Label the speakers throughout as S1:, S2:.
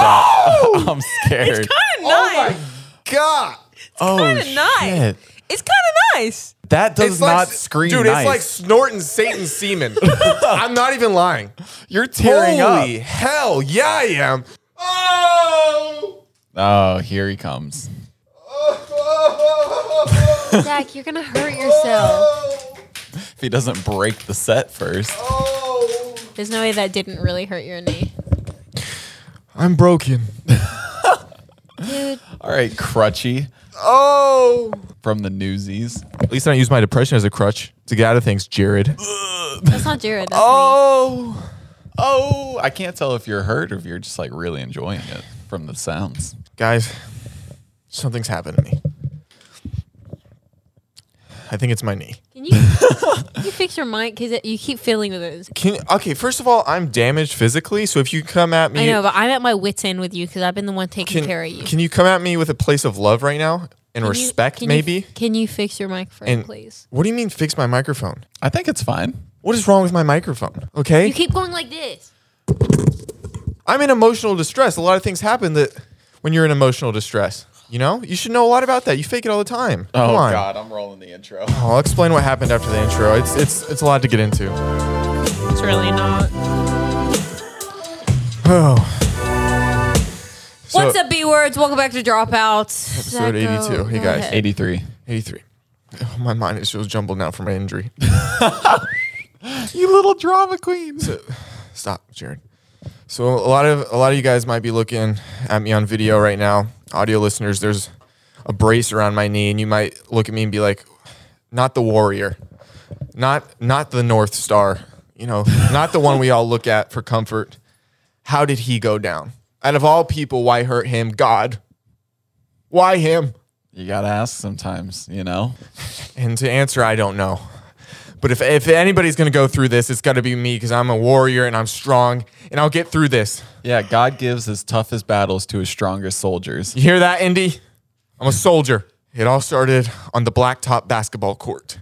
S1: I'm scared.
S2: It's kind of
S3: Oh
S2: nice.
S3: my god.
S1: oh,
S2: kinda nice.
S1: shit.
S2: It's kind of nice.
S1: That does not
S3: like,
S1: scream
S3: dude.
S1: nice.
S3: It's like snorting Satan's semen. I'm not even lying.
S1: You're tearing
S3: Holy
S1: up.
S3: hell, yeah, I am. Oh,
S1: Oh, here he comes.
S4: Zach, you're gonna hurt yourself.
S1: If he doesn't break the set first.
S3: oh.
S4: There's no way that didn't really hurt your knee.
S3: I'm broken.
S4: Dude,
S1: All right, crutchy
S3: Oh.
S1: from the newsies.
S3: At least I don't use my depression as a crutch to get out of things, Jared.
S4: that's not Jared. That's me.
S3: Oh.
S1: Oh, I can't tell if you're hurt or if you're just like really enjoying it from the sounds.
S3: Guys, something's happened to me. I think it's my knee.
S4: Can you, can you fix your mic? Because you keep fiddling with it.
S3: Can okay, first of all, I'm damaged physically, so if you come at me
S4: I know, but I'm at my wits' end with you because I've been the one taking
S3: can,
S4: care of you.
S3: can you come at me with a place of love right now
S4: Can
S3: and
S4: you-
S3: respect
S4: can you-
S3: maybe?
S4: can you fix your mic first,
S3: And-
S4: please?
S3: what do you mean fix my microphone?
S1: I think it's fine.
S3: What is wrong with my microphone? Okay?
S4: You keep going like this.
S3: I'm in emotional distress. A lot of things happen that when you're in emotional distress, you know? You should know a lot about that. You fake it all the time.
S1: Oh
S3: Come on. Oh,
S1: god, I'm rolling the intro.
S3: I'll explain what happened after the intro. It's it's it's a lot to get into.
S2: It's really not.
S3: Oh, So-
S4: What's up, B words? Welcome back to Dropouts.
S3: Episode 82. Hey, guys.
S1: 83.
S3: 83. Oh, my mind is just jumbled now from my injury.
S1: You little drama queen.
S3: Stop, Jared. So a lot of a lot of you guys might be looking at me on video right now. Audio listeners, there's a brace around my knee and you might look at me and be like, "Not the warrior. Not not the North Star. You know, not the one we all look at for comfort. How did he go down? Out of all people, why hurt him? God. Why him?"
S1: You gotta ask sometimes, you know?
S3: And to answer, I don't know. But if, if anybody's going to go through this, it's got to be me because I'm a warrior and I'm strong and I'll get through this.
S1: Yeah, God gives his toughest battles to his strongest soldiers.
S3: You hear that, Indy? I'm a soldier. It all started on the blacktop basketball court.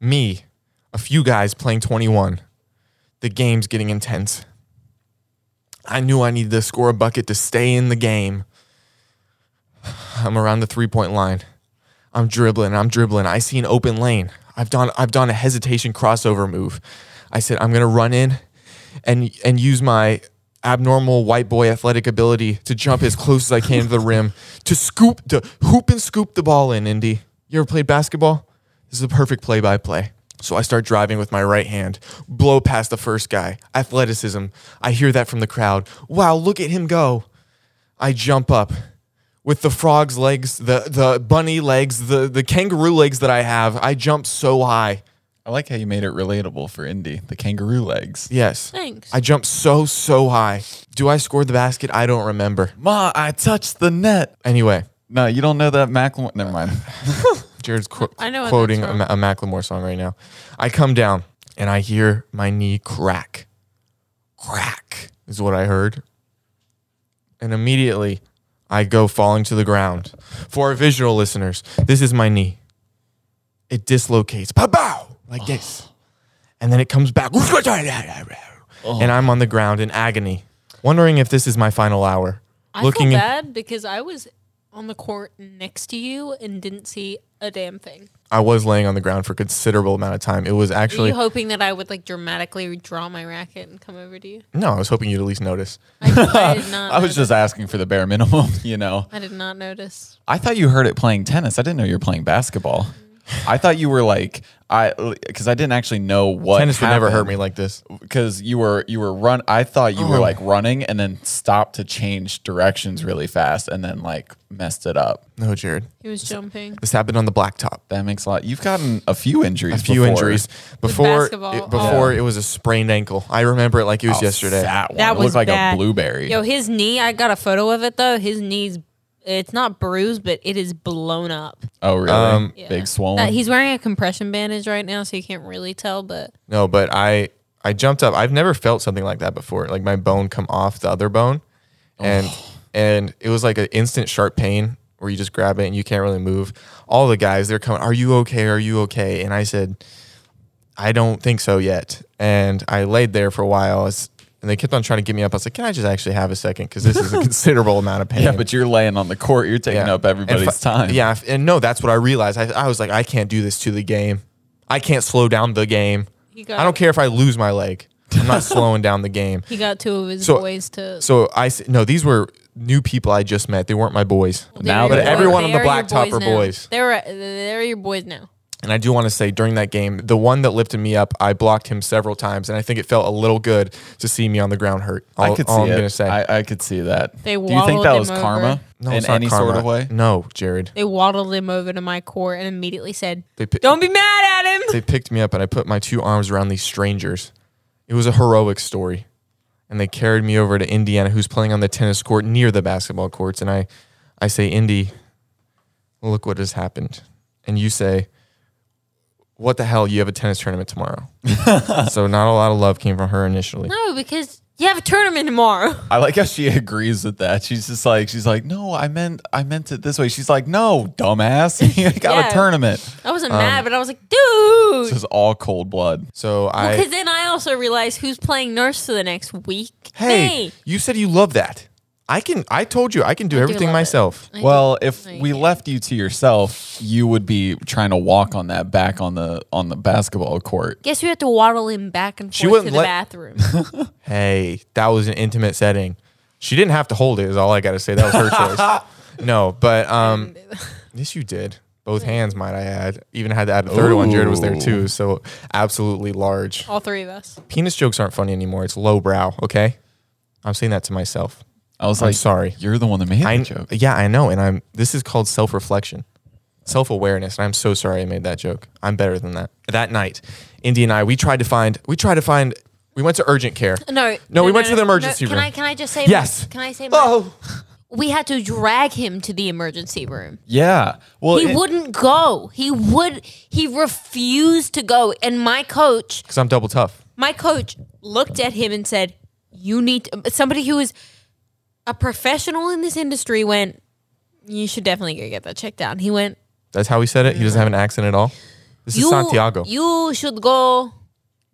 S3: Me, a few guys playing 21. The game's getting intense. I knew I needed to score a bucket to stay in the game. I'm around the three point line. I'm dribbling. I'm dribbling. I see an open lane. I've done. I've done a hesitation crossover move. I said I'm gonna run in, and and use my abnormal white boy athletic ability to jump as close as I can to the rim to scoop to hoop and scoop the ball in. Indy, you ever played basketball? This is the perfect play by play. So I start driving with my right hand, blow past the first guy. Athleticism. I hear that from the crowd. Wow, look at him go. I jump up with the frog's legs, the the bunny legs, the the kangaroo legs that I have. I jump so high.
S1: I like how you made it relatable for Indy, the kangaroo legs.
S3: Yes.
S4: Thanks.
S3: I jump so so high. Do I score the basket? I don't remember.
S1: Ma, I touched the net.
S3: Anyway,
S1: No, you don't know that Macklemore. Never mind.
S3: Jared's qu-
S4: I know what
S3: quoting
S4: that's
S3: a, Ma- a Macklemore song right now. I come down and I hear my knee crack. Crack is what I heard. And immediately I go falling to the ground. For our visual listeners, this is my knee. It dislocates. Pow pow! Like this. And then it comes back. And I'm on the ground in agony, wondering if this is my final hour.
S4: I
S3: looking
S4: feel
S3: in-
S4: bad because I was on the court next to you and didn't see a damn thing.
S3: I was laying on the ground for a considerable amount of time. It was
S4: Were
S3: actually
S4: you hoping that I would like dramatically draw my racket and come over to you?
S3: No, I was hoping you'd at least notice.
S4: I, I did not.
S1: I was
S4: notice.
S1: just asking for the bare minimum, you know?
S4: I did not notice.
S1: I thought you heard it playing tennis. I didn't know you were playing basketball. I thought you were like I because I didn't actually know what
S3: Tennis would never hurt me Oh. like this.
S1: because you were you were run. I thought you were like running and then stopped to change directions really fast and then like messed it up.
S3: No, Jared.
S4: He was jumping.
S3: This happened on the blacktop.
S1: That makes a lot. You've gotten a few injuries.
S3: A few
S1: before.
S3: injuries before. It,
S4: basketball.
S3: before it was a sprained ankle. I remember it like it was
S1: Oh,
S3: yesterday.
S1: That, one.
S4: That
S1: It looked
S4: was
S1: like
S4: bad.
S1: a blueberry.
S4: Yo, his knee. I got a photo of it though. His knee's. It's not bruised, but it is blown up.
S1: oh really?
S3: Um,
S4: Yeah.
S1: Big swollen.
S4: Uh, he's wearing a compression bandage right now, so you can't really tell. But
S3: No, but I I jumped up. I've never felt something like that before. Like my bone come off the other bone, and
S1: Oh.
S3: and it was like an instant sharp pain where you just grab it and you can't really move. All the guys they're coming. Are you okay? Are you okay? And I said, I don't think so yet. And I laid there for a while. I was and they kept on trying to get me up. I was like, can I just actually have a second? Because this is a considerable amount of pain.
S1: Yeah, but you're laying on the court. You're taking
S3: Yeah.
S1: up everybody's
S3: And fi-
S1: time.
S3: Yeah, if- and no, that's what I realized. I, I was like, I can't do this to the game. I can't slow down the game.
S4: He got-
S3: I don't care if I lose my leg. I'm not slowing down the game.
S4: He got two of his
S3: So-
S4: boys to.
S3: So I s- no, these were new people I just met. They weren't my boys.
S1: now
S4: They're
S1: that
S4: your-
S3: everyone on
S4: they
S3: the
S4: your
S3: blacktop are
S4: now.
S3: boys.
S4: They're uh, they're your boys now.
S3: And I do want to say during that game, the one that lifted me up, I blocked him several times, and I think it felt a little good to see me on the ground hurt. All,
S1: I could see
S3: all I'm
S1: it.
S3: gonna say.
S1: I, I could see that.
S4: They
S1: Do you think
S4: waddled
S1: that
S4: him
S1: was
S4: over.
S1: karma Mm.
S3: no,
S1: in
S3: it's not
S1: any sort
S3: karma.
S1: of way?
S3: No, Jared.
S4: They waddled him over to my court and immediately said,
S3: They pi-
S4: "Don't be mad at him."
S3: they picked me up and I put my two arms around these strangers. It was a heroic story. And they carried me over to Indiana, who's playing on the tennis court near the basketball courts. And I, I say, Indy, look what has happened. And you say, What the hell? You have a tennis tournament tomorrow. so not a lot of love came from her initially.
S4: No, because you have a tournament tomorrow.
S1: I like how she agrees with that. She's just like, she's like, no, I meant, I meant it this way. She's like, no, dumbass, you got
S4: Yeah.
S1: a tournament.
S4: I wasn't
S3: Um,
S4: mad, but I was like, dude.
S1: This is all cold blood.
S3: So I
S4: Because then I also realized who's playing nurse for the next week.
S3: Hey,
S4: Me.
S3: you said you love that. I can I told you I can do everything
S4: love it.
S3: myself.
S1: Well, if
S4: No, you
S1: we
S4: can't.
S1: left you to yourself, you would be trying to walk on that back on the on the basketball court.
S4: Guess we have to waddle him back and
S3: She
S4: forth to
S3: wouldn't
S4: the
S3: let-
S4: bathroom.
S3: hey, that was an intimate setting. She didn't have to hold it. Is all I got to say. That was her choice. No, but um, yes, you did. Both hands, might I add. Even had to add a third one. Jared was there too, so absolutely large.
S4: All three of us.
S3: Penis jokes aren't funny anymore. It's lowbrow. Okay, I'm saying that to myself.
S1: I was
S3: I'm
S1: like,
S3: sorry.
S1: you're the one that made
S3: I
S1: the joke.
S3: yeah, I know, and I'm. This is called self reflection, self awareness, and I'm so sorry I made that joke. I'm better than that. That night, Indy and I, we tried to find. We tried to find. We went to urgent care.
S4: No.
S3: No, we went to the emergency
S4: can
S3: room.
S4: I, can I just say
S3: Yes.
S4: Can I say my-
S3: Oh.
S4: We had to drag him to the emergency room.
S1: Yeah. Well,
S4: He
S1: it-
S4: wouldn't go. He would. He refused to go. And my coach,
S3: Because I'm double tough.
S4: my coach looked at him and said, "You need to, somebody who is a professional in this industry." Went, "You should definitely go get that checked out." And he went,
S3: That's how he said it. He doesn't have an accent at all. This
S4: "You,
S3: is Santiago,
S4: you should go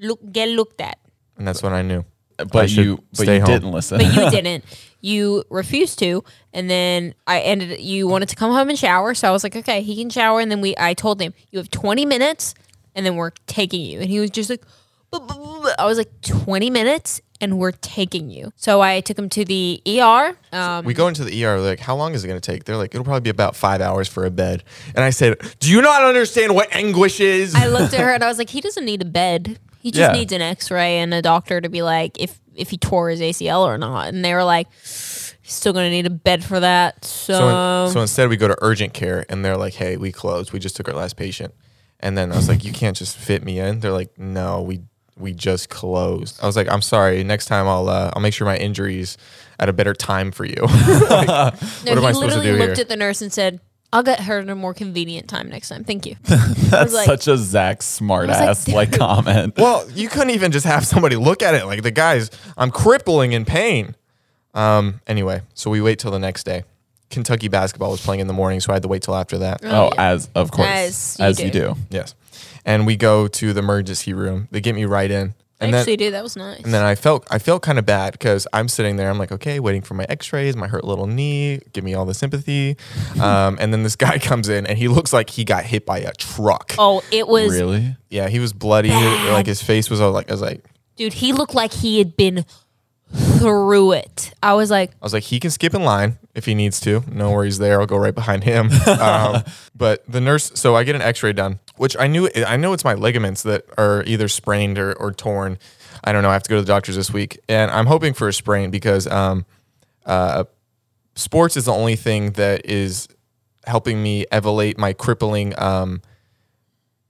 S4: look get looked at."
S3: and that's when I knew. I
S1: but
S3: should
S1: you but
S3: stay
S1: you
S3: home.
S1: didn't listen.
S4: But you didn't. You refused to, and then I ended. You wanted to come home and shower, so I was like, "Okay, he can shower." And then we, I told him, "You have 20 minutes, and then we're taking you." And he was just like, "But- but- but- but." "I was like 20 minutes, and we're taking you." So I took him to the ER. Um,
S3: We go into the ER. Like, how long is it going to take? They're like, it'll probably be about five hours for a bed. And I said, Do you not understand what anguish is?
S4: I looked at her and I was like, "He doesn't need a bed. He just
S1: Yeah.
S4: needs an X-ray and a doctor to be like if if he tore his ACL or not." And they were like, "He's still gonna need a bed for that."
S3: so, in- so instead, we go to urgent care, and they're like, Hey, we closed. We just took our last patient. And then I was like, You can't just fit me in. They're like, No, we we just closed. I was like, I'm sorry. Next time, I'll uh, I'll make sure my injuries at a better time for you.
S4: No,
S3: What am
S4: he
S3: I supposed to
S4: literally
S3: do
S4: looked
S3: here?
S4: at the nurse and said, "I'll get her at a more convenient time next time. Thank you."
S1: That's
S4: like-
S1: such a Zach smart
S4: like,
S1: ass like comment.
S3: Well, you couldn't even just have somebody look at it. Like the guys, I'm crippling in pain. Um. Anyway, so we wait till the next day. Kentucky basketball was playing in the morning, so I had to wait till after that. Uh,
S1: Oh, as of course,
S4: As
S1: as
S4: you
S1: you,
S4: do.
S1: do.
S3: Yes, and we go to the emergency room. They get me right in, and then
S4: Actually, dude, that was nice.
S3: and then I felt I felt kind of bad because I'm sitting there. I'm like, okay, waiting for my X-rays, my hurt little knee. Give me all the sympathy. um, and then this guy comes in, and he looks like he got hit by a truck.
S4: oh, it was,
S1: Really?
S3: Yeah, he was bloody. Like his face was all like I was like
S4: dude. He looked like he had been through it. I was like,
S3: I was like, he can skip in line if he needs to. No worries there. I'll go right behind him. um, but the nurse, so I get an X-ray done, which I knew. I know it's my ligaments that are either sprained or, or torn. I don't know. I have to go to the doctors this week, and I'm hoping for a sprain because um, uh, sports is the only thing that is helping me evolate my crippling um,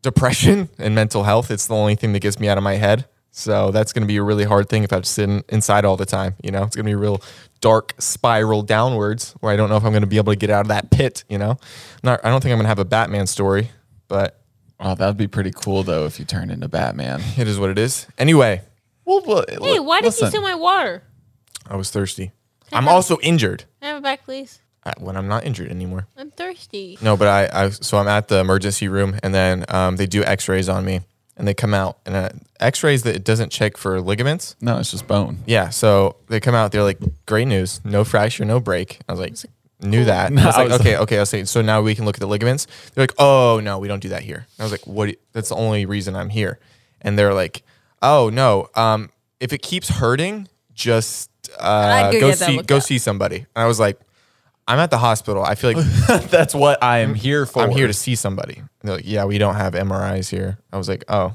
S3: depression and mental health. It's the only thing that gets me out of my head. So that's going to be a really hard thing if I'm sitting inside all the time. You know, it's going to be a real dark spiral downwards where I don't know if I'm going to be able to get out of that pit. You know, Not, I don't think I'm going to have a Batman story, but
S1: Oh, that'd be pretty cool though if you turned into Batman.
S3: it is what it is. Anyway,
S1: Well, well
S3: Oh,
S4: "Hey, why did you steal my water?
S3: I was thirsty. I'm also injured
S4: Can I have it back, please.
S3: uh, when I'm not injured anymore.
S4: I'm thirsty."
S3: No, but I, I so I'm at the emergency room and then um, they do X-rays on me and they come out and uh, X-rays that it doesn't check for ligaments.
S1: No, it's just bone.
S3: Yeah, so they come out. They're like, "Great news! No fracture, no break." I was like, "Knew that." I was
S1: I
S3: like,
S1: was-
S3: "Okay, okay." I was saying, "So now we can look at the ligaments." They're like, "Oh no, we don't do that here." And I was like, "What? That's the only reason I'm here." And they're like, "Oh no, um, if it keeps hurting, just uh,
S4: go
S3: go
S4: get that
S3: see
S4: looked
S3: go
S4: at."
S3: see somebody." And I was like, "I'm at the hospital. I feel like
S1: That's what I am here for.
S3: I'm here to see somebody." And they're like, "Yeah, we don't have MRIs here." I was like, "Oh."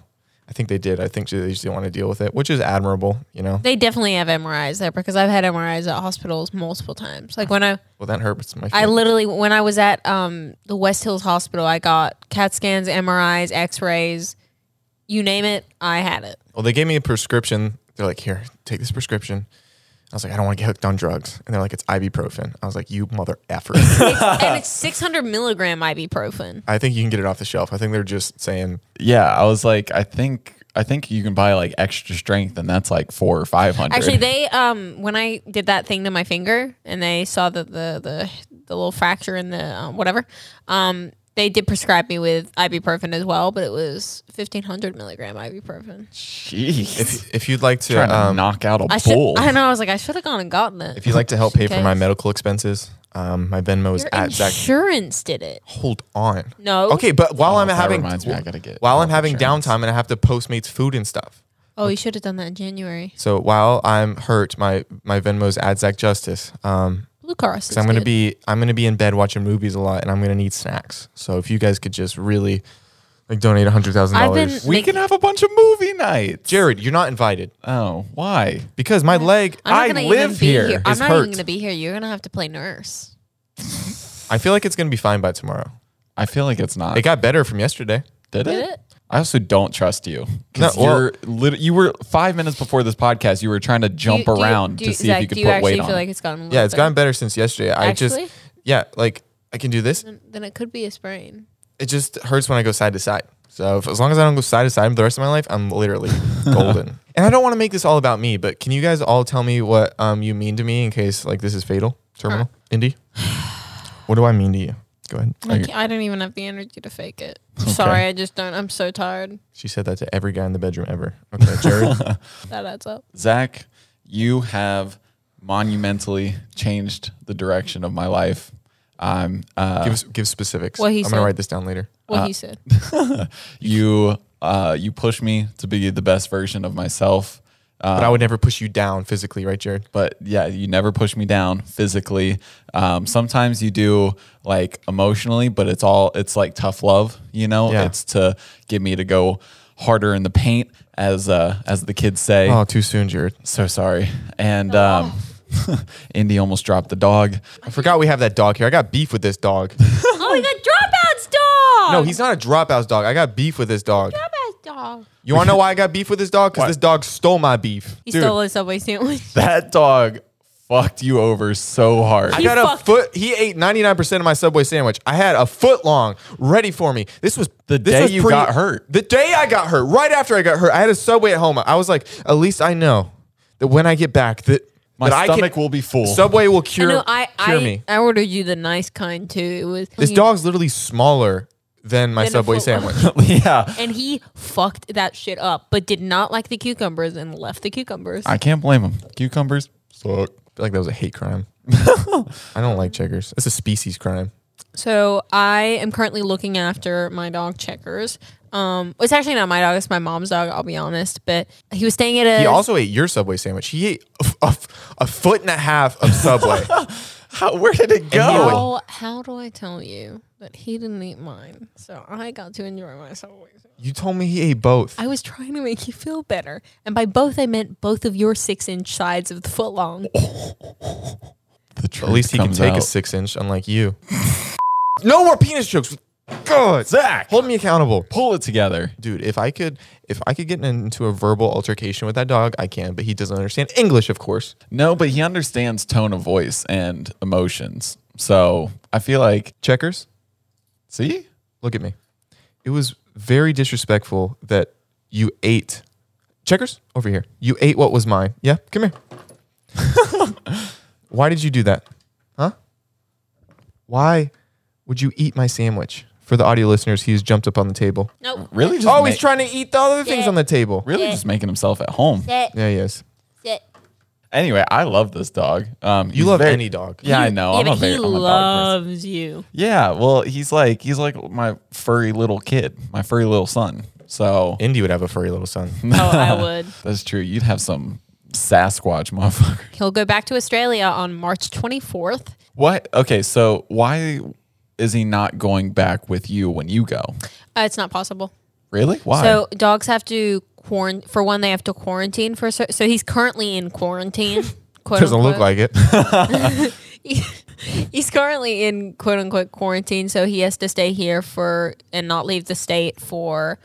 S3: I think they did. I think they just didn't want to deal with it, which is admirable, you know.
S4: They definitely have MRIs there because I've had MRIs at hospitals multiple times. Like when I,
S3: Well, that hurts my.
S4: I
S3: feelings.
S4: literally when I was at um, the West Hills Hospital, I got CAT scans, MRIs, X-rays, you name it, I had it.
S3: Well, they gave me a prescription. They're like, here, take this prescription. I was like, I don't want to get hooked on drugs. And they're like, it's ibuprofen. I was like, you mother effer.
S4: and it's 600 milligram ibuprofen.
S3: I think you can get it off the shelf. I think they're just saying,
S1: Yeah, I was like, I think I think you can buy like extra strength, and that's like four or five hundred.
S4: Actually, they um when I did that thing to my finger and they saw the the the, the little fracture in the um, whatever, um they did prescribe me with ibuprofen as well, but it was 1500 milligram ibuprofen.
S1: Jeez.
S3: if, if you'd like
S1: trying
S3: to,
S1: to
S3: um,
S1: knock out a
S4: I should.
S1: bull.
S4: I don't know. I was like, I should have gone and gotten it.
S3: if you'd like to help pay for
S4: Okay.
S3: my medical expenses, um, my Venmo is
S4: Your
S3: at Zach.
S4: insurance did it.
S3: Hold on.
S4: No.
S3: Okay, but while I'm
S1: Oh, that
S3: having
S1: reminds me, I gotta get
S3: while I'm
S1: health
S3: having
S1: insurance.
S3: downtime and I have to Postmates food and stuff.
S4: Oh, you should have done that in January.
S3: So while I'm hurt, my my Venmo's at Zach Justice. Um,
S4: Blue Cross.
S3: Because I'm gonna be I'm gonna be in bed watching movies a lot, and I'm gonna need snacks. So if you guys could just really like donate hundred thousand
S4: I've been-
S3: dollars,
S1: we can have a bunch of movie nights.
S3: Jared, you're not invited
S1: oh, why?
S3: because my leg.
S4: I'm not
S1: I
S4: gonna even
S1: live
S4: be
S1: here.
S4: I'm
S3: It's
S4: not
S3: hurt.
S4: even gonna be here. You're gonna have to play nurse.
S3: I feel like it's gonna be fine by tomorrow.
S1: I feel like it's not.
S3: It got better from yesterday.
S1: did,
S4: Did
S1: it?
S4: it?
S1: I also don't trust you because
S3: No, well-
S1: you're lit- you were five minutes before this podcast. You were trying to jump
S4: Do you- do you-
S1: around
S4: do
S1: to see
S4: Zach,
S1: if you could
S4: do you
S1: put
S4: actually
S1: weight on.
S4: feel like it's gotten. a
S3: Yeah,
S4: little
S3: it's gotten
S4: better?
S3: better since yesterday. I
S4: Actually?
S3: just yeah, like I can do this.
S4: Then- Then it could be a sprain.
S3: It just hurts when I go side to side. So if, as long as I don't go side to side for the rest of my life, I'm literally golden. And I don't want to make this all about me, but can you guys all tell me what um you mean to me in case like this is fatal? Terminal,
S4: Uh.
S3: Indy. What do I mean to you? Go ahead.
S4: I, can't- I don't even have the energy to fake it. Sorry, I just don't. I'm so tired.
S3: She said that to every guy in the bedroom ever. Okay, Jared.
S4: That adds up.
S1: Zach, you have monumentally changed the direction of my life. I'm uh,
S3: give us- give specifics.
S4: What he
S3: I'm gonna
S4: said.
S3: write this down later.
S4: What he said.
S1: you uh, you push me to be the best version of myself. Uh,
S3: But I would never push you down physically, right, Jared?
S1: but yeah, you never push me down physically. Um, sometimes you do like emotionally, but it's all it's like tough love, you know.
S3: Yeah.
S1: It's to get me to go harder in the paint, as uh, as the kids say.
S3: Oh, too soon, Jared.
S1: So sorry. And um, Indy almost dropped the dog.
S3: I forgot we have that dog here. I got beef with this dog.
S4: oh, we got dropouts dog.
S3: No, he's not a dropouts dog. I got beef with this dog.
S4: dropouts dog.
S3: You want to know why I got beef with this dog? Because this dog stole my beef.
S4: He
S1: Dude.
S4: stole a subway sandwich.
S1: That dog fucked you over so hard.
S3: I got a
S4: fucked-
S3: foot. He ate 99% of my Subway sandwich. I had a foot long ready for me. This was
S1: The
S3: this
S1: day
S3: was
S1: you got hurt.
S3: The day I got hurt, right after I got hurt, I had a Subway at home. I was like, at least I know that when I get back, that
S1: My
S3: that I
S1: stomach
S3: can,
S1: will be full.
S3: Subway will cure,
S4: I know. I
S3: cure
S4: I,
S3: me.
S4: I ordered you the nice kind too. It was
S3: This
S4: he-
S3: dog's literally smaller than my
S4: Than a
S3: Subway
S4: foot long.
S3: sandwich.
S1: yeah.
S4: and he fucked that shit up, but did not like the cucumbers and left the cucumbers.
S1: I can't blame him. Cucumbers suck.
S3: I feel like that was a hate crime. I don't like checkers. It's a species crime.
S4: So I am currently looking after my dog Checkers. Um, it's actually not my dog; it's my mom's dog. I'll be honest, but he was staying at a.
S3: He also ate your Subway sandwich. He ate a, f- a f- a foot and a half of Subway.
S1: How, where did it
S3: go?
S1: go?
S4: how, how do I tell you that he didn't eat mine? So I got to enjoy myself.
S3: you told me he ate both.
S4: I was trying to make you feel better, and by both I meant both of your six-inch sides of the foot long.
S1: The truth
S3: At least he can
S1: comes
S3: take a
S1: out.
S3: six inch, unlike you. no more penis jokes. God,
S1: Zach!
S3: hold me accountable,
S1: Pull it together.
S3: dude. If I could, if I could get into a verbal altercation with that dog, I can. But he doesn't understand English, of course.
S1: No, but he understands tone of voice and emotions. So I feel like,
S3: Checkers,
S1: see,
S3: look at me. It was very disrespectful that you ate. Checkers, over here. You ate what was mine. Yeah, come here. Why did you do that? Huh? Why would you eat my sandwich? For the audio listeners, he's jumped up on the table.
S4: Nope.
S1: Really? Just
S3: Oh, he's
S1: ma-
S3: trying to eat the other things
S4: Yeah.
S3: on the table.
S1: Really, just making himself at home.
S4: Sit.
S3: Yeah, he is.
S4: Sit.
S1: Anyway, I love this dog. Um,
S3: You
S1: he's
S3: love
S1: very-
S3: any dog.
S1: Yeah, I know.
S4: yeah,
S1: Oh, I'm a
S4: but
S1: very,
S4: he
S1: I'm a dog person.
S4: loves you.
S1: Yeah, well, he's like he's like my furry little kid, my furry little son. So
S3: Indy would have a furry little son.
S4: Oh, I would.
S1: that's true. You'd have some Sasquatch motherfucker.
S4: He'll go back to Australia on March 24th.
S1: What? Okay, so why is he not going back with you when you go?
S4: Uh, it's not possible.
S1: Really? Why? Uh,
S4: So dogs have to quarantine. For one, they have to quarantine for. So, so he's currently in quarantine. Quote
S3: Doesn't
S4: unquote.
S3: look like it.
S4: he's currently in quote unquote quarantine, so he has to stay here for and not leave the state for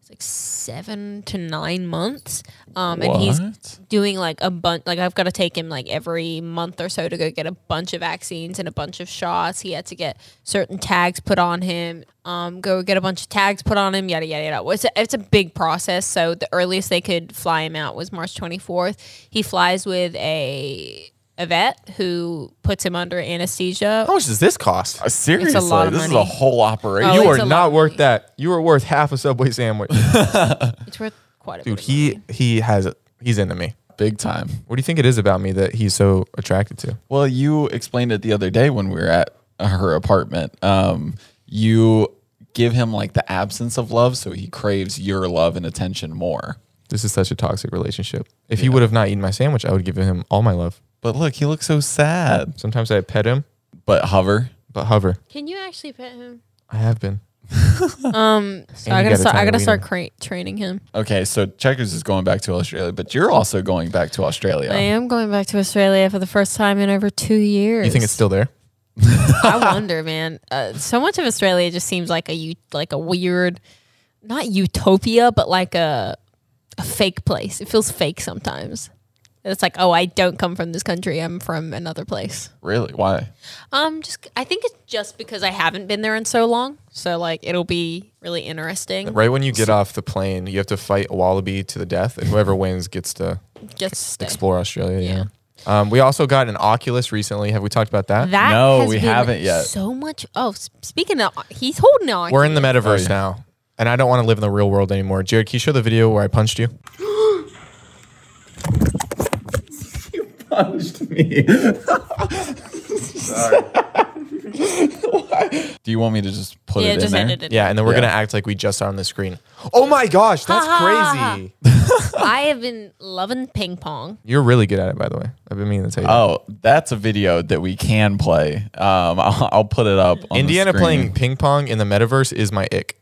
S4: it's like seven to nine months. Um, and he's
S1: What?
S4: doing like a bunch. Like I've got to take him like every month or so to go get a bunch of vaccines and a bunch of shots. He had to get certain tags put on him. Um, go get a bunch of tags put on him. Yada yada yada. It's a, it's a big process. So the earliest they could fly him out was March twenty fourth. He flies with a a vet who puts him under anesthesia.
S3: How much does this cost?
S1: Uh, seriously,
S4: it's a lot of
S1: this is a
S4: money.
S1: whole operation.
S4: Oh,
S3: you
S4: it's
S3: are
S4: a lot
S3: not
S4: of
S3: worth
S4: money.
S3: that. You are worth half a Subway sandwich.
S4: It's worth quite a
S3: Dude,
S4: bit.
S3: he he has he's into me.
S1: big time.
S3: What do you think it is about me that he's so attracted to?
S1: Well, you explained it the other day when we were at her apartment. Um, you give him like the absence of love, so he craves your love and attention more.
S3: This is such a toxic relationship. If he would have not eaten my sandwich, I would give him all my love.
S1: But look, he looks so sad.
S3: Sometimes I pet him,
S1: But hover.
S3: but hover.
S4: Can you actually pet him?
S3: I have been.
S4: Um, so
S3: And
S4: I
S3: you
S4: gotta
S3: gotta
S4: start.
S3: try
S4: I
S3: to
S4: gotta
S3: wean
S4: start cra- training him.
S1: Okay, so Checkers is going back to Australia, but you're also going back to Australia.
S4: I am going back to Australia for the first time in over two years.
S3: You think it's still there?
S4: I wonder, man. Uh, so much of Australia just seems like a u- like a weird, not utopia, but like a a fake place. It feels fake sometimes. And It's like, oh, I don't come from this country. I'm from another place.
S1: Really? Why?
S4: Um, just I think it's just because I haven't been there in so long. So like, it'll be really interesting.
S3: Right when you get off the plane, you have to fight a wallaby to the death, and whoever wins gets to
S4: Just stay.
S3: explore Australia. Yeah. Um, we also got an Oculus recently. Have we talked about that?
S4: That
S1: No,
S4: has
S1: we
S4: been
S1: haven't yet.
S4: So much. Oh, s- speaking of, he's holding on.
S3: We're in the metaverse
S1: yeah.
S3: now, and I don't want to live in the real world anymore. Jared, can you show the video where I punched you?
S1: Do you want me to just put
S4: yeah,
S1: it
S4: just
S1: in there?
S4: ended it.
S3: Yeah, and then we're
S1: Yeah.
S3: gonna act like we just saw on the screen. Oh my gosh, that's crazy!
S4: I have been loving ping pong.
S3: You're really good at it, by the way. I've been meaning to tell you. that.
S1: Oh, that's a video that we can play. Um, I'll, I'll put it up. On
S3: Indiana
S1: the screen.
S3: playing ping pong in the metaverse is my ick.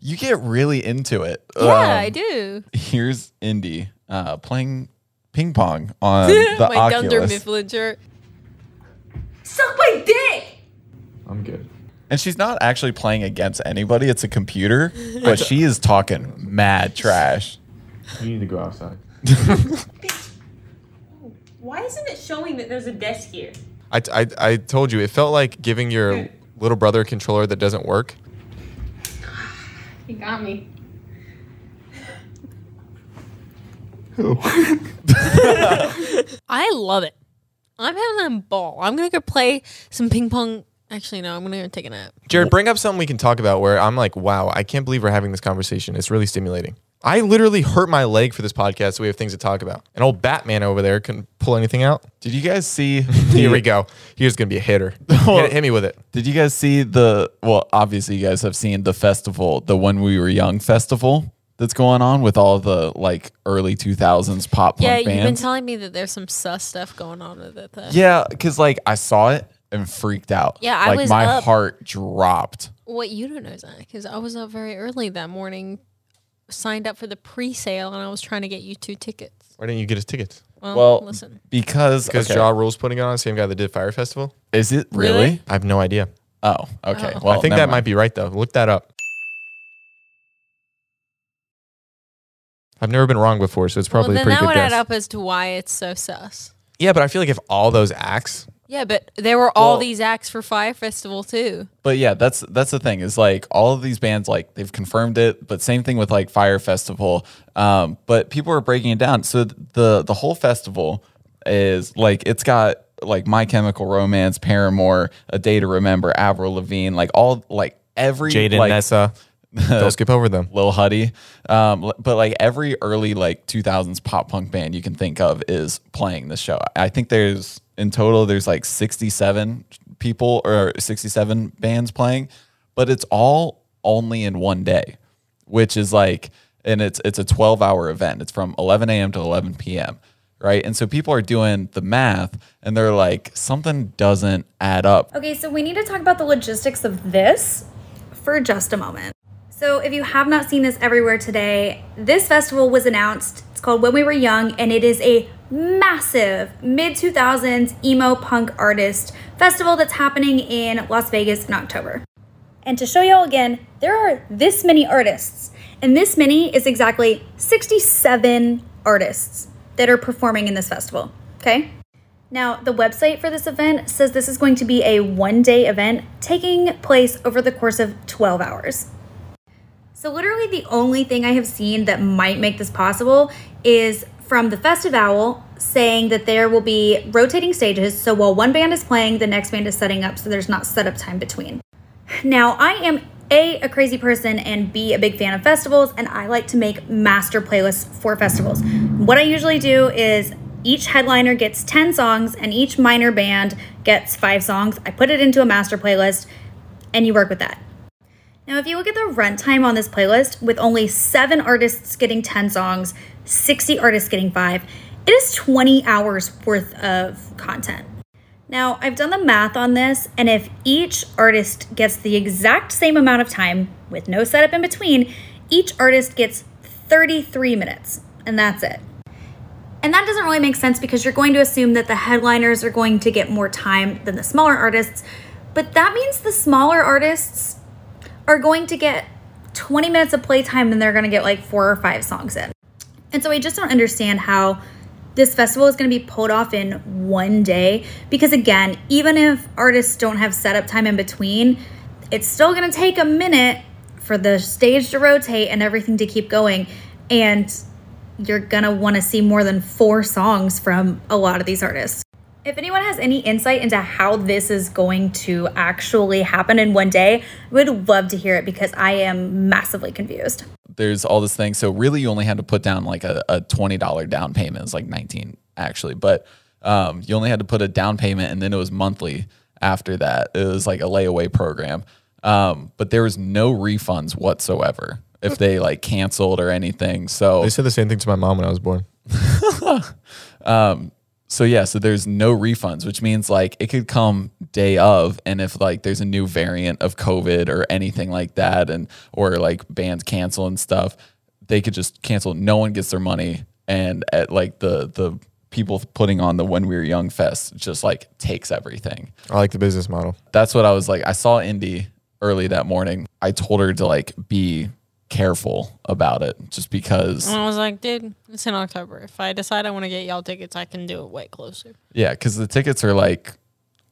S1: You get really into it.
S4: Yeah,
S1: Um,
S4: I do.
S1: here's Indy uh, playing ping pong on the
S4: My Dunder
S1: Oculus,
S4: Mifflin shirt.
S5: Suck my dick!
S3: I'm good.
S1: and she's not actually playing against anybody. It's a computer, but she is talking mad trash.
S3: You need to go outside.
S5: Why isn't it showing that there's a desk here?
S3: I, I, I told you it felt like giving your little brother a controller that doesn't work.
S5: You got me.
S4: I love it. I'm having a ball. I'm gonna go play some ping pong. Actually, no, I'm gonna go take a nap.
S3: Jared, bring up something we can talk about where I'm like, wow, I can't believe we're having this conversation. It's really stimulating. I literally hurt my leg for this podcast, so we have things to talk about. And old Batman over there couldn't pull anything out.
S1: Did you guys see?
S3: Here we
S1: The,
S3: go. Here's gonna be a hitter. hit, hit me with it.
S1: did you guys see the? Well, obviously you guys have seen the festival, the when we were young festival that's going on with all the like early two thousands pop
S4: Yeah,
S1: punk
S4: you've been
S1: bands.
S4: telling me that there's some sus stuff going on with it. Though.
S1: yeah, because like I saw it and freaked out.
S4: Yeah, I
S1: like
S4: was
S1: my
S4: up-
S1: heart dropped.
S4: What you don't know, Zach, is I was up very early that morning, signed up for the pre-sale, and I was trying to get you two tickets.
S3: Why didn't you get his tickets?
S4: Well,
S1: Well,
S4: Oh, listen,
S1: because
S3: Because
S1: okay.
S3: Ja Rule's putting it on the same guy that did Fire Festival.
S1: is it
S4: Really?
S1: really?
S3: I have no idea.
S1: Oh, okay.
S4: Oh.
S1: Well,
S3: I think that might be right though. Look that up. I've never been wrong before, so it's probably
S4: well,
S3: a
S4: then
S3: pretty
S4: that
S3: good
S4: would
S3: guess.
S4: add up as to why it's so sus.
S3: Yeah, but I feel like if all those acts,
S4: Yeah, but there were all
S1: Well-
S4: these acts for Fire Festival too.
S1: But yeah, that's that's the thing is like all of these bands like they've confirmed it, but same thing with like Fire Festival. Um, but people are breaking it down. So th- the the whole festival is like it's got like My Chemical Romance, Paramore, A Day to Remember, Avril Lavigne, like all like every
S3: Jade and
S1: like,
S3: Nessa. Don't skip over them.
S1: Lil Huddy. Um, l- but like every early like 2000s pop punk band you can think of is playing the show. I think there's in total there's like 67 people or 67 bands playing, but it's all only in one day, which is like and it's it's a 12 hour event. It's from 11 a.m. to 11 p.m. Right. And so people are doing the math and they're like, something doesn't add up.
S6: Okay, so we need to talk about the logistics of this for just a moment. So, if you have not seen this everywhere today, this festival was announced. It's called When We Were Young, and it is a massive mid 2000s emo punk artist festival that's happening in Las Vegas in October. And to show y'all again, there are this many artists, and this many is exactly 67 artists that are performing in this festival, okay? Now, the website for this event says this is going to be a one day event taking place over the course of 12 hours. So, literally, the only thing I have seen that might make this possible is from the Festival saying that there will be rotating stages. So, while one band is playing, the next band is setting up, so there's not setup time between. Now, I am A, a crazy person, and B, a big fan of festivals, and I like to make master playlists for festivals. What I usually do is each headliner gets 10 songs, and each minor band gets five songs. I put it into a master playlist, and you work with that. Now, if you look at the runtime on this playlist, with only seven artists getting 10 songs, 60 artists getting five, it is 20 hours worth of content. Now, I've done the math on this, and if each artist gets the exact same amount of time with no setup in between, each artist gets 33 minutes, and that's it. And that doesn't really make sense because you're going to assume that the headliners are going to get more time than the smaller artists, but that means the smaller artists are going to get 20 minutes of playtime and they're going to get like four or five songs in. And so I just don't understand how this festival is going to be pulled off in one day because again, even if artists don't have setup time in between, it's still going to take a minute for the stage to rotate and everything to keep going and you're going to want to see more than 4 songs from a lot of these artists. If anyone has any insight into how this is going to actually happen in one day, I would love to hear it because I am massively confused.
S1: there's all this thing. So really, you only had to put down like a, a twenty dollar down payment. It's like nineteen actually, but um, you only had to put a down payment, and then it was monthly after that. It was like a layaway program, um, but there was no refunds whatsoever if they like canceled or anything. So
S3: They said the same thing to my mom when I was born.
S1: so yeah, so there's no refunds, which means like it could come day of, and if like there's a new variant of COVID or anything like that, and or like bands cancel and stuff, they could just cancel. No one gets their money, and at like the the people putting on the When We Were Young Fest just like takes everything
S3: I like the business model.
S1: that's what I was like. I saw Indy early that morning. I told her to like be careful about it just because
S2: And I was like, dude, it's in October. If I decide I want to get y'all tickets, I can do it way closer.
S1: yeah because the tickets are like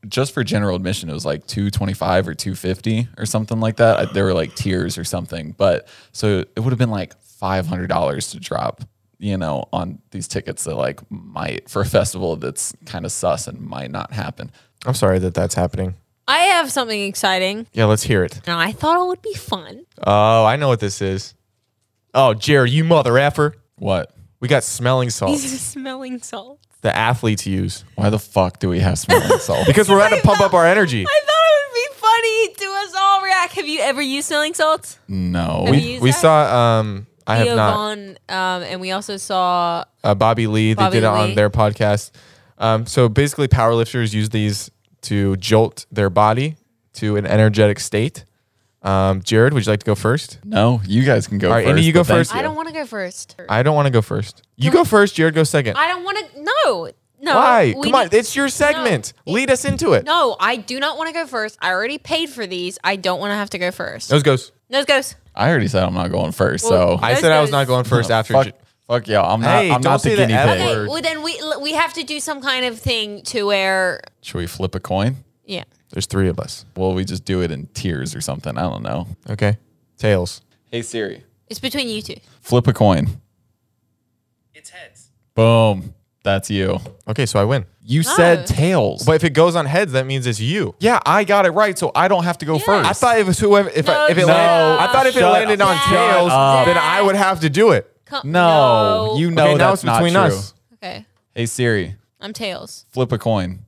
S1: just for general admission it was like 225 or 250 or something like that I, there were like tiers or something but so it would have been like $500 to drop you know on these tickets that like might for a festival that's kind of sus and might not happen
S3: I'm sorry that that's happening.
S4: I have something exciting.
S3: Yeah, let's hear it.
S4: Now I thought it would be fun.
S3: Oh, I know what this is. Oh, Jared, you mother effer.
S1: what
S3: We got smelling
S2: These
S3: salts,
S2: are smelling salts.
S3: the athletes use,
S1: why the fuck do we have smelling salts
S3: because we're going to pump up our energy.
S4: I thought it would be funny to us all react. Have you ever used smelling salts?
S1: no
S4: Have you
S1: we,
S4: used
S3: We
S4: that?
S3: saw, um, I have
S4: Theo
S3: not,
S4: Vaughn, um, and we also saw
S3: uh, Bobby Lee. They
S4: Bobby
S3: did it on
S4: Lee.
S3: their podcast. Um, so basically, powerlifters use these to jolt their body to an energetic state. Um, Jared, would you like to go first?
S1: no you guys can go
S3: All right,
S1: first
S3: Indy, you go
S1: but thank
S3: first.
S4: I don't want to go first.
S3: I don't want to go first. You go first. Jared goes second.
S4: I don't want to. No, no.
S3: Why?
S4: we
S3: Come on,
S4: need-
S3: it's your segment. Lead us into it.
S4: no, I do not want to go first. I already paid for these. I don't want to have to go first.
S3: Those goes.
S4: Nose goes.
S1: I already said I'm not going first,
S4: Well,
S1: so
S3: I
S4: Those
S3: said I was
S4: goes.
S3: not going first after.
S1: fuck,
S3: J-
S1: fuck y'all. I'm not.
S3: Hey,
S1: I'm
S3: don't
S1: not the
S3: say the
S1: guinea
S3: F
S1: pig.
S4: Okay,
S3: Word.
S4: well then we we have to do some kind of thing to where
S1: Should we flip a coin?
S4: yeah.
S3: There's three of us.
S1: Will we just do it in tears or something? I don't know.
S3: Okay. Tails.
S1: Hey Siri,
S4: It's between you two.
S1: flip a coin.
S7: It's heads.
S1: Boom. That's you.
S3: Okay, so I win.
S1: You
S4: No.
S1: said tails.
S3: But if it goes on heads, that means it's you.
S1: yeah, I got it right, so I don't have to go first.
S3: I thought it was whoever. If, I, if it
S1: No,
S3: landed, I thought if it
S1: shut
S3: landed on
S1: up.
S3: tails,
S1: Shut
S3: then
S4: up.
S3: I would have to do it.
S4: Come-
S1: no, you know
S3: okay, now
S1: that's
S3: it's between
S1: not true.
S3: us.
S4: Okay,
S1: Hey Siri,
S4: I'm tails.
S1: flip a coin.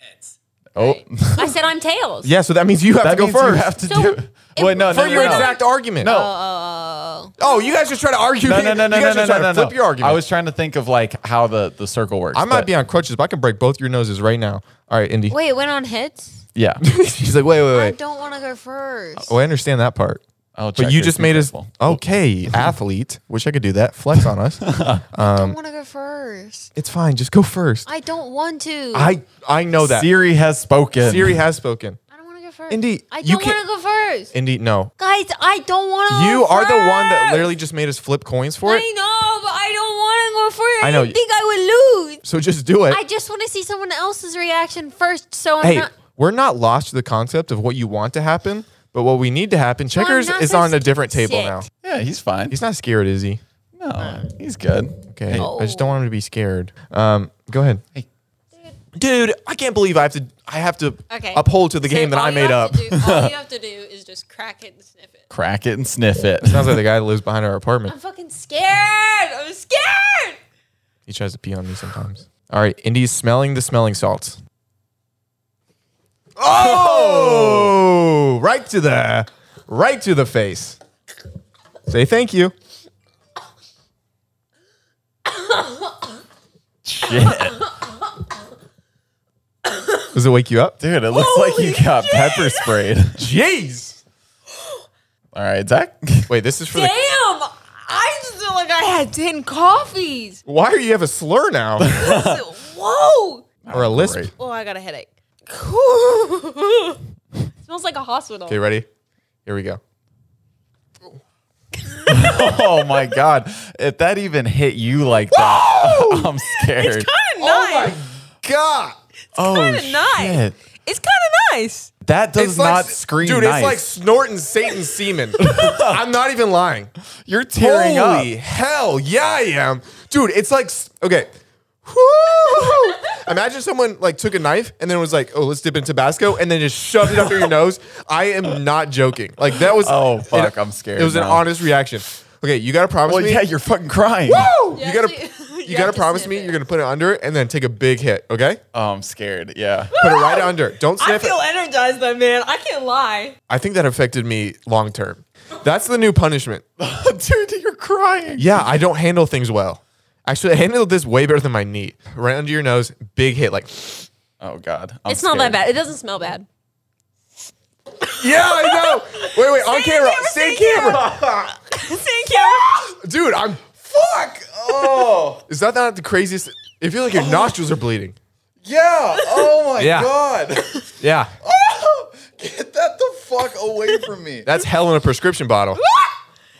S1: Heads. Oh,
S4: I said I'm tails.
S3: Yeah, so that means you have
S1: that
S3: to go
S1: means
S3: first
S1: you have to
S4: So,
S1: do.
S4: if-
S1: Wait, no,
S3: for
S1: no, no,
S3: your
S1: no.
S3: exact argument.
S1: No.
S4: Oh,
S3: Oh, you guys just try to argue.
S1: No,
S3: me-
S1: no, no, no,
S3: you
S1: no,
S3: guys
S1: no,
S3: just
S1: no,
S3: try
S1: no,
S3: to flip
S1: no.
S3: your argument.
S1: I was trying to think of like how the the circle works.
S3: I might
S1: but-
S3: be on crutches, but I can break both your noses right now. All right, Indy.
S4: wait, it went on hits.
S1: Yeah.
S3: She's like, wait, wait,
S4: I
S3: wait.
S4: don't want to go first.
S3: Oh, I understand that part.
S1: I'll check
S3: But you
S1: your
S3: just made us
S1: people.
S3: okay, athlete. Wish I could do that. Flex on us.
S4: I don't want to go first.
S3: It's fine. Just go first.
S4: I don't want to.
S3: I I know that
S1: Siri has spoken.
S3: Siri has spoken.
S4: I don't want to go first.
S3: Indy,
S4: I
S3: you
S4: don't want
S3: can't-
S4: to go first.
S3: Indy, no.
S4: Guys, I don't want
S2: Oh,
S4: to.
S3: You are the one that literally just made us flip coins for it.
S4: I know, but I don't want to go first. I,
S3: I know.
S4: didn't think I would lose.
S3: So just do it.
S4: I just want to see someone else's reaction first, so I'm
S3: hey,
S4: not.
S3: we're not lost to the concept of what you want to happen, but what we need to happen.
S4: I'm
S3: Checkers
S4: not
S3: is
S4: so
S3: on a different table
S4: sick.
S3: now.
S1: Yeah, he's fine.
S3: He's not scared, is he?
S1: no, he's good.
S3: Okay. I just don't want him to be scared. Um, go ahead.
S1: Hey.
S3: Dude, I can't believe I have to. I have to
S2: Okay.
S3: uphold to the
S2: So
S3: game that
S2: all
S3: I
S2: you
S3: made
S2: have
S3: up.
S2: to do- all you have to do is just crack it and sniff it.
S1: Crack it and sniff it.
S3: Sounds like the guy that lives behind our apartment.
S2: I'm fucking scared. I'm scared.
S3: He tries to pee on me sometimes. All right, Indy's smelling the smelling salts. Oh, right to the right to the face. Say thank you.
S1: Shit.
S3: Does it wake you up?
S1: Dude, it looks like you got pepper sprayed.
S3: Jeez.
S1: All right, Zach.
S3: Wait, this is for the.
S4: Damn! I just feel like I had 10 coffees.
S3: Why are you have a slur now
S4: Whoa!
S3: or a lisp?
S1: Great.
S2: Oh, I got a headache. Smells like a hospital.
S3: Okay, ready? Here we go.
S1: Oh my god. If that even hit you like that, I'm scared.
S2: Kind of nice.
S3: Oh! God.
S1: Oh,
S2: kinda nice.
S1: shit.
S2: It's kind of nice.
S1: That does not
S3: like,
S1: scream
S3: Dude,
S1: nice.
S3: it's like snorting Satan's semen. I'm not even lying.
S1: You're tearing
S3: Holy
S1: up.
S3: hell, yeah, I am. Dude, it's like s- okay. Woo! Imagine someone like took a knife and then was like, "Oh, let's dip it in Tabasco," and then just shoved it up your nose. I am not joking. Like that was.
S1: Oh, fuck, I'm scared
S3: It was an
S1: now.
S3: honest reaction. Okay, you gotta promise
S1: Well,
S3: me.
S1: yeah, you're fucking crying.
S3: Woo!
S2: You
S3: you gotta,
S2: have to-
S3: you,
S2: you
S3: gotta
S2: have to
S3: promise
S2: sniff
S3: me
S2: it.
S3: you're gonna put it under it and then take a big hit. Okay,
S1: Oh, I'm scared. Yeah.
S3: put it right under. Don't
S2: I
S3: sniff it.
S2: feel energized though, man. I can't lie.
S3: I think that affected me long term. That's the new punishment.
S1: Dude, you're crying.
S3: Yeah, I don't handle things well. Actually, I handled this way better than my knee. Right under your nose, big hit. Like,
S1: Oh god. I'm
S4: It's not that
S1: scared.
S4: bad. It doesn't smell bad.
S3: yeah, I know. Wait, wait, on camera, stay camera,
S2: Thank you.
S3: dude. I'm fuck. Oh, is that not the craziest? It feels like your nostrils are bleeding.
S1: Yeah. Oh my
S3: Yeah.
S1: god.
S3: Yeah,
S1: Get that the fuck away from me.
S3: that's hell in a prescription bottle.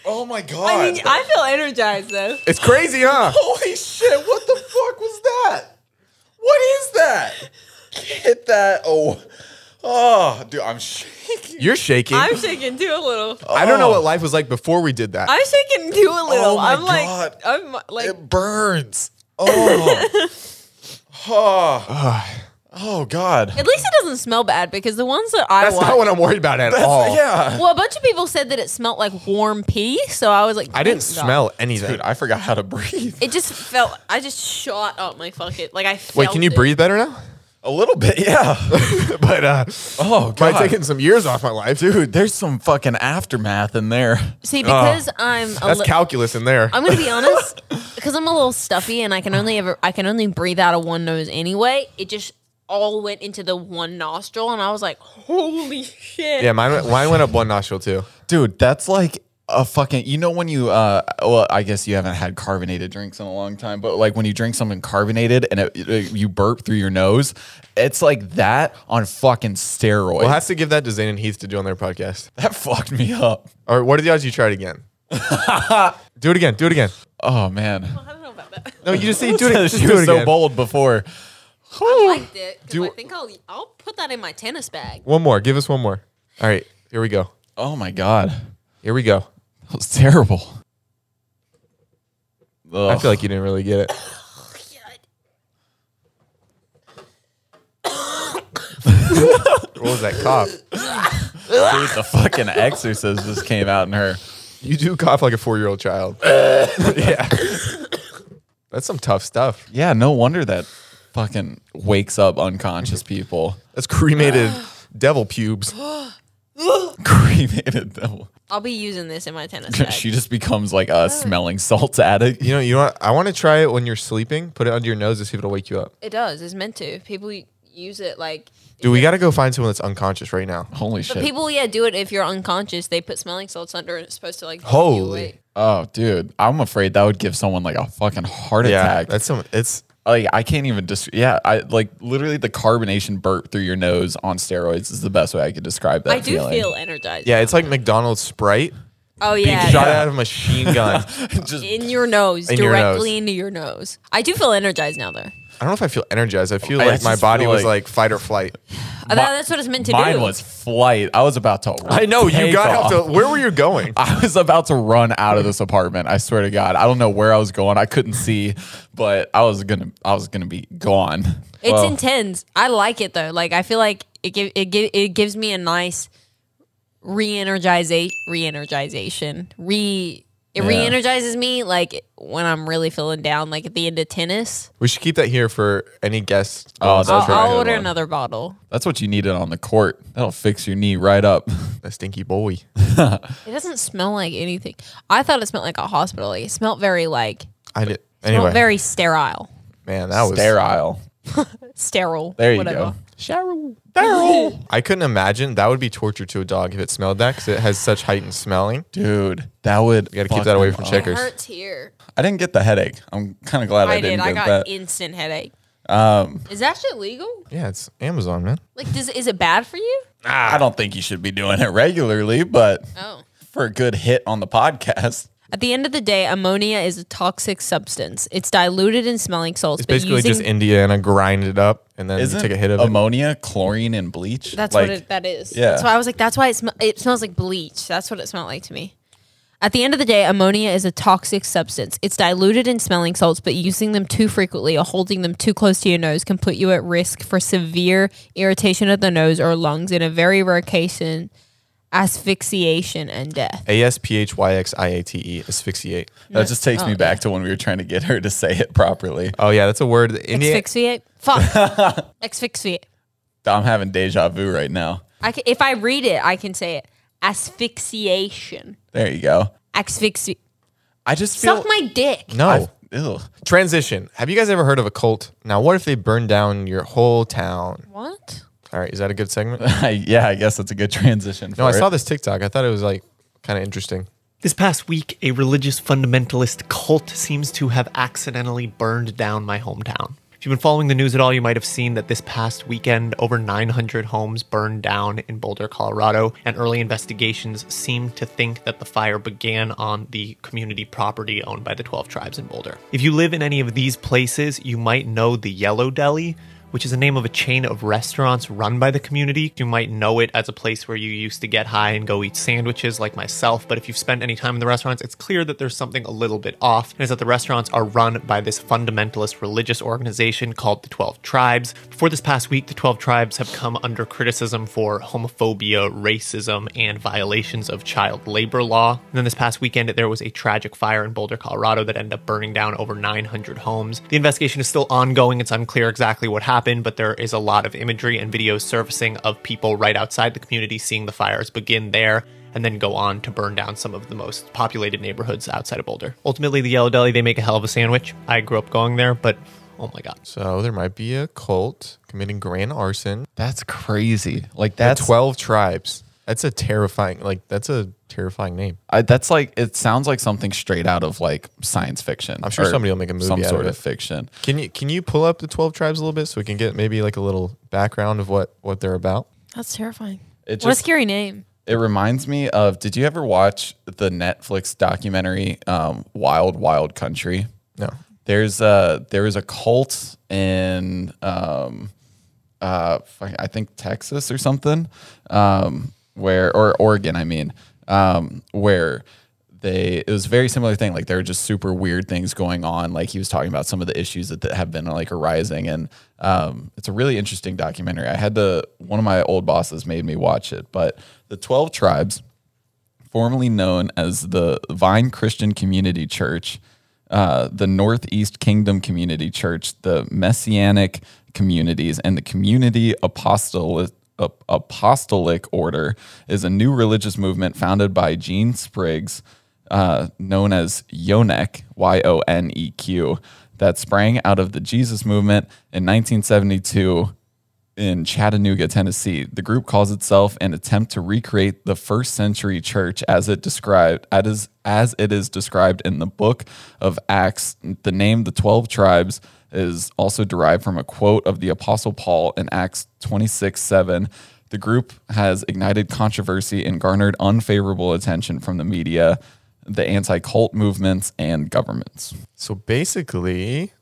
S1: Oh my god.
S2: I mean, I feel energized though.
S3: It's crazy, huh?
S1: Holy shit, what the fuck was that? What is that? Get that. Oh, oh, dude, I'm shaking.
S3: You're shaking.
S2: I'm shaking too a little.
S3: I don't know
S4: Oh.
S3: what life was like before we did that.
S2: I'm shaking too a little.
S1: Oh my
S2: I'm like,
S1: God.
S2: I'm like,
S1: It burns. Oh. oh. Oh, God.
S4: At least it doesn't smell bad because the ones that I
S3: that's
S4: want.
S3: not what I'm worried about at
S1: Oh.
S3: all.
S1: Yeah.
S4: well, a bunch of people said that it smelled like warm pee, so I was like,
S3: I didn't
S4: thank God.
S3: smell anything.
S1: Dude, I forgot how to breathe.
S4: It just felt. I just shot up my fucking. Like I. Felt
S3: Wait, can you
S4: it.
S3: breathe better now?
S1: A little bit, yeah.
S3: but uh,
S1: Oh,
S3: might
S1: God.
S3: have taken some years off my life, dude.
S1: Dude, there's some fucking aftermath in there.
S4: See, because I'm. A
S3: Oh. That's
S4: li-
S3: calculus in there.
S4: I'm gonna be honest, because I'm a little stuffy and I can only ever I can only breathe out of one nose anyway. It just all went into the one nostril, and I was like, "Holy shit!"
S3: Yeah, mine went, mine went up one nostril too.
S1: Dude, that's like a fucking. You know when you, uh, well, I guess you haven't had carbonated drinks in a long time, but like when you drink something carbonated and it, it- you burp through your nose, it's like that on fucking steroids.
S3: We'll have to give that to Zane and Heath to do on their podcast.
S1: that fucked me up.
S3: All right, what are the odds you try it again? do it again. Do it again.
S1: Oh man,
S2: I don't know about that.
S3: No, you just say do it. Just
S1: she
S3: do
S1: was
S3: it
S1: so
S3: again.
S1: bold before.
S4: I liked it
S3: Do-
S4: because I think I'll I'll put that in my tennis bag.
S3: one more. Give us one more. All right, here we go.
S1: Oh my god,
S3: Here we go.
S1: that was terrible.
S3: I feel like you didn't really get it.
S4: Yeah, I did.
S3: what was that cough?
S1: Dude, the fucking exorcist just came out in her.
S3: You do cough like a four year old child. yeah. That's some tough stuff.
S1: Yeah, no wonder that fucking wakes up unconscious people.
S3: That's cremated devil pubes.
S1: Cremated devil.
S4: I'll be using this in my tennis bag.
S1: She just becomes like
S4: Uh.
S1: a smelling salts addict.
S3: You know, you know what? I want to try it when you're sleeping. Put it under your nose to see if it'll wake you up.
S4: It does. It's meant to. People use it like.
S3: Dude, we got to go find someone that's unconscious right now.
S1: Holy shit.
S4: But people, yeah, do it if you're unconscious. They put smelling salts under and it's supposed to like. wake you
S3: Holy.
S4: awake.
S1: oh, dude. I'm afraid that would give someone like a fucking heart
S3: Yeah,
S1: attack.
S3: that's some. It's
S1: like I can't even just yeah, I like literally the carbonation burp through your nose on steroids is the best way I could describe that.
S4: I do
S1: feeling.
S4: feel energized.
S3: yeah, it's like McDonald's Sprite
S4: Oh
S3: being
S4: yeah.
S3: shot out of a machine gun. I
S1: just
S4: In your nose,
S3: In your
S4: directly
S3: nose.
S4: into your nose. I do feel energized now, though.
S3: don't know if I feel energized. I feel
S1: I
S3: like my
S1: just
S3: body
S1: feel
S3: was
S1: like-
S3: like fight or flight.
S4: I thought that's what it's meant to
S1: mine
S4: do.
S1: was flight. I was about to
S3: I know you
S1: take
S3: got
S1: off.
S3: out to. Where were you going?
S1: I was about to run out of this apartment. I swear to God, I don't know where I was going. I couldn't see, but I was gonna, I was gonna be gone.
S4: It's
S1: Well,
S4: intense. I like it though. Like I feel like it give, it give, it gives me a nice re-energization, re-energization, re. It
S1: Yeah.
S4: re-energizes me like when I'm really feeling down, like at the end of tennis.
S3: We should keep that here for any guests. Um,
S1: Oh, that's
S4: I'll,
S1: right.
S4: I'll
S1: Good
S4: order
S1: one.
S4: another bottle.
S1: That's what you needed on the court. That'll fix your knee right up.
S3: a stinky boy.
S4: It doesn't smell like anything. I thought it smelled like a hospital. It smelled very like
S3: I did.
S4: smelled
S3: Anyway,
S4: very sterile.
S3: man, that was.
S1: Sterile.
S4: Sterile.
S1: There you
S4: whatever.
S1: go.
S3: I couldn't imagine that would be torture to a dog if it smelled that because it has such heightened smelling.
S1: Dude, that would.
S3: You got to keep that away from
S1: fucking-
S4: It
S3: checkers.
S4: hurts here.
S1: I didn't get the headache. I'm kind of glad I,
S4: I did.
S1: didn't
S4: I
S1: get
S4: got
S1: that.
S4: instant headache.
S1: Um,
S4: Is that shit legal?
S3: Yeah, it's Amazon, man.
S4: Like, does is it bad for you?
S1: I don't think you should be doing it regularly, but
S4: Oh.
S1: for a good hit on the podcast,
S4: At the end of the day, ammonia is a toxic substance. It's diluted in smelling salts.
S3: It's
S4: but
S3: basically
S4: using-
S3: just Indiana grind it up and then
S1: isn't
S3: take a hit of it.
S1: ammonia, chlorine, and bleach?
S4: that's
S1: Like,
S4: what it, that is.
S1: Yeah.
S4: That's why I was like, that's why it, sm- it smells like bleach. That's what it smelled like to me. At the end of the day, ammonia is a toxic substance. It's diluted in smelling salts, but using them too frequently or holding them too close to your nose can put you at risk for severe irritation of the nose or lungs. In a very rare case, in asphyxiation and death.
S3: A S P H Y X I A T E asphyxiate.
S1: That just
S4: Oh,
S1: takes me back to when we were trying to get her to say it properly.
S3: Oh yeah, that's a word. that Indiana.
S4: Asphyxiate. Fuck. Asphyxiate.
S1: I'm having deja vu right now.
S4: I ca if I read it, I can say it. Asphyxiation.
S1: There you go.
S4: Asphyxi.
S1: I just feel
S4: Suck my dick.
S3: No
S1: I- ew.
S3: transition. Have you guys ever heard of a cult? Now, what if they burn down your whole town?
S4: What?
S3: All right, is that a good segment?
S1: I, yeah, I guess that's a good transition. For
S3: No, I saw
S1: it.
S3: this TikTok. I thought it was like kind of interesting.
S7: This past week, a religious fundamentalist cult seems to have accidentally burned down my hometown. If you've been following the news at all, you might have seen that this past weekend, over 900 homes burned down in Boulder, Colorado, and early investigations seem to think that the fire began on the community property owned by the 12 tribes in Boulder. If you live in any of these places, you might know the Yellow Deli, which is the name of a chain of restaurants run by the community. You might know it as a place where you used to get high and go eat sandwiches like myself, but if you've spent any time in the restaurants, it's clear that there's something a little bit off, and is that the restaurants are run by this fundamentalist religious organization called the 12 Tribes. Before this past week, the 12 Tribes have come under criticism for homophobia, racism, and violations of child labor law. And then this past weekend, there was a tragic fire in Boulder, Colorado that ended up burning down over 900 homes. The investigation is still ongoing. It's unclear exactly what happened, but there is a lot of imagery and videos surfacing of people right outside the community seeing the fires begin there and then go on to burn down some of the most populated neighborhoods outside of Boulder. Ultimately, the Yellow Deli, they make a hell of a sandwich. I grew up going there, but oh my God.
S3: So there might be a cult committing grand arson.
S1: That's crazy. Like
S3: The
S1: that's
S3: twelve tribes. That's a terrifying. Like that's a terrifying name.
S1: I, that's like it sounds like something straight out of like science fiction. I'm
S3: sure somebody will make a movie
S1: some
S3: out of
S1: sort
S3: it.
S1: of fiction.
S3: Can you can you pull up the twelve tribes a little bit so we can get maybe like a little background of what what they're about?
S4: That's terrifying.
S1: It
S4: what a
S1: just
S4: scary name.
S1: it reminds me of. Did you ever watch the Netflix documentary um, Wild Wild Country?
S3: No.
S1: There's a there is a cult in um, uh, fuck, I think Texas or something, um, where or Oregon, I mean, um, where they it was a very similar thing. Like there were just super weird things going on. Like he was talking about some of the issues that, that have been like arising, and um, it's a really interesting documentary. I had to one of my old bosses made me watch it, but the Twelve Tribes formerly known as the Vine Christian Community Church, uh, the Northeast Kingdom Community Church, the Messianic Communities, and the Community Apostolic. Apostolic Order is a new religious movement founded by Gene Spriggs, uh, known as Yonek, Y O N E Q, that sprang out of the Jesus movement in 1972 in Chattanooga, Tennessee. The group calls itself an attempt to recreate the first century church as it described as as it is described in the book of Acts. The name the 12 tribes is also derived from a quote of the apostle Paul in Acts 26:7. The group has ignited controversy and garnered unfavorable attention from the media, the anti-cult movements and governments.
S3: So basically,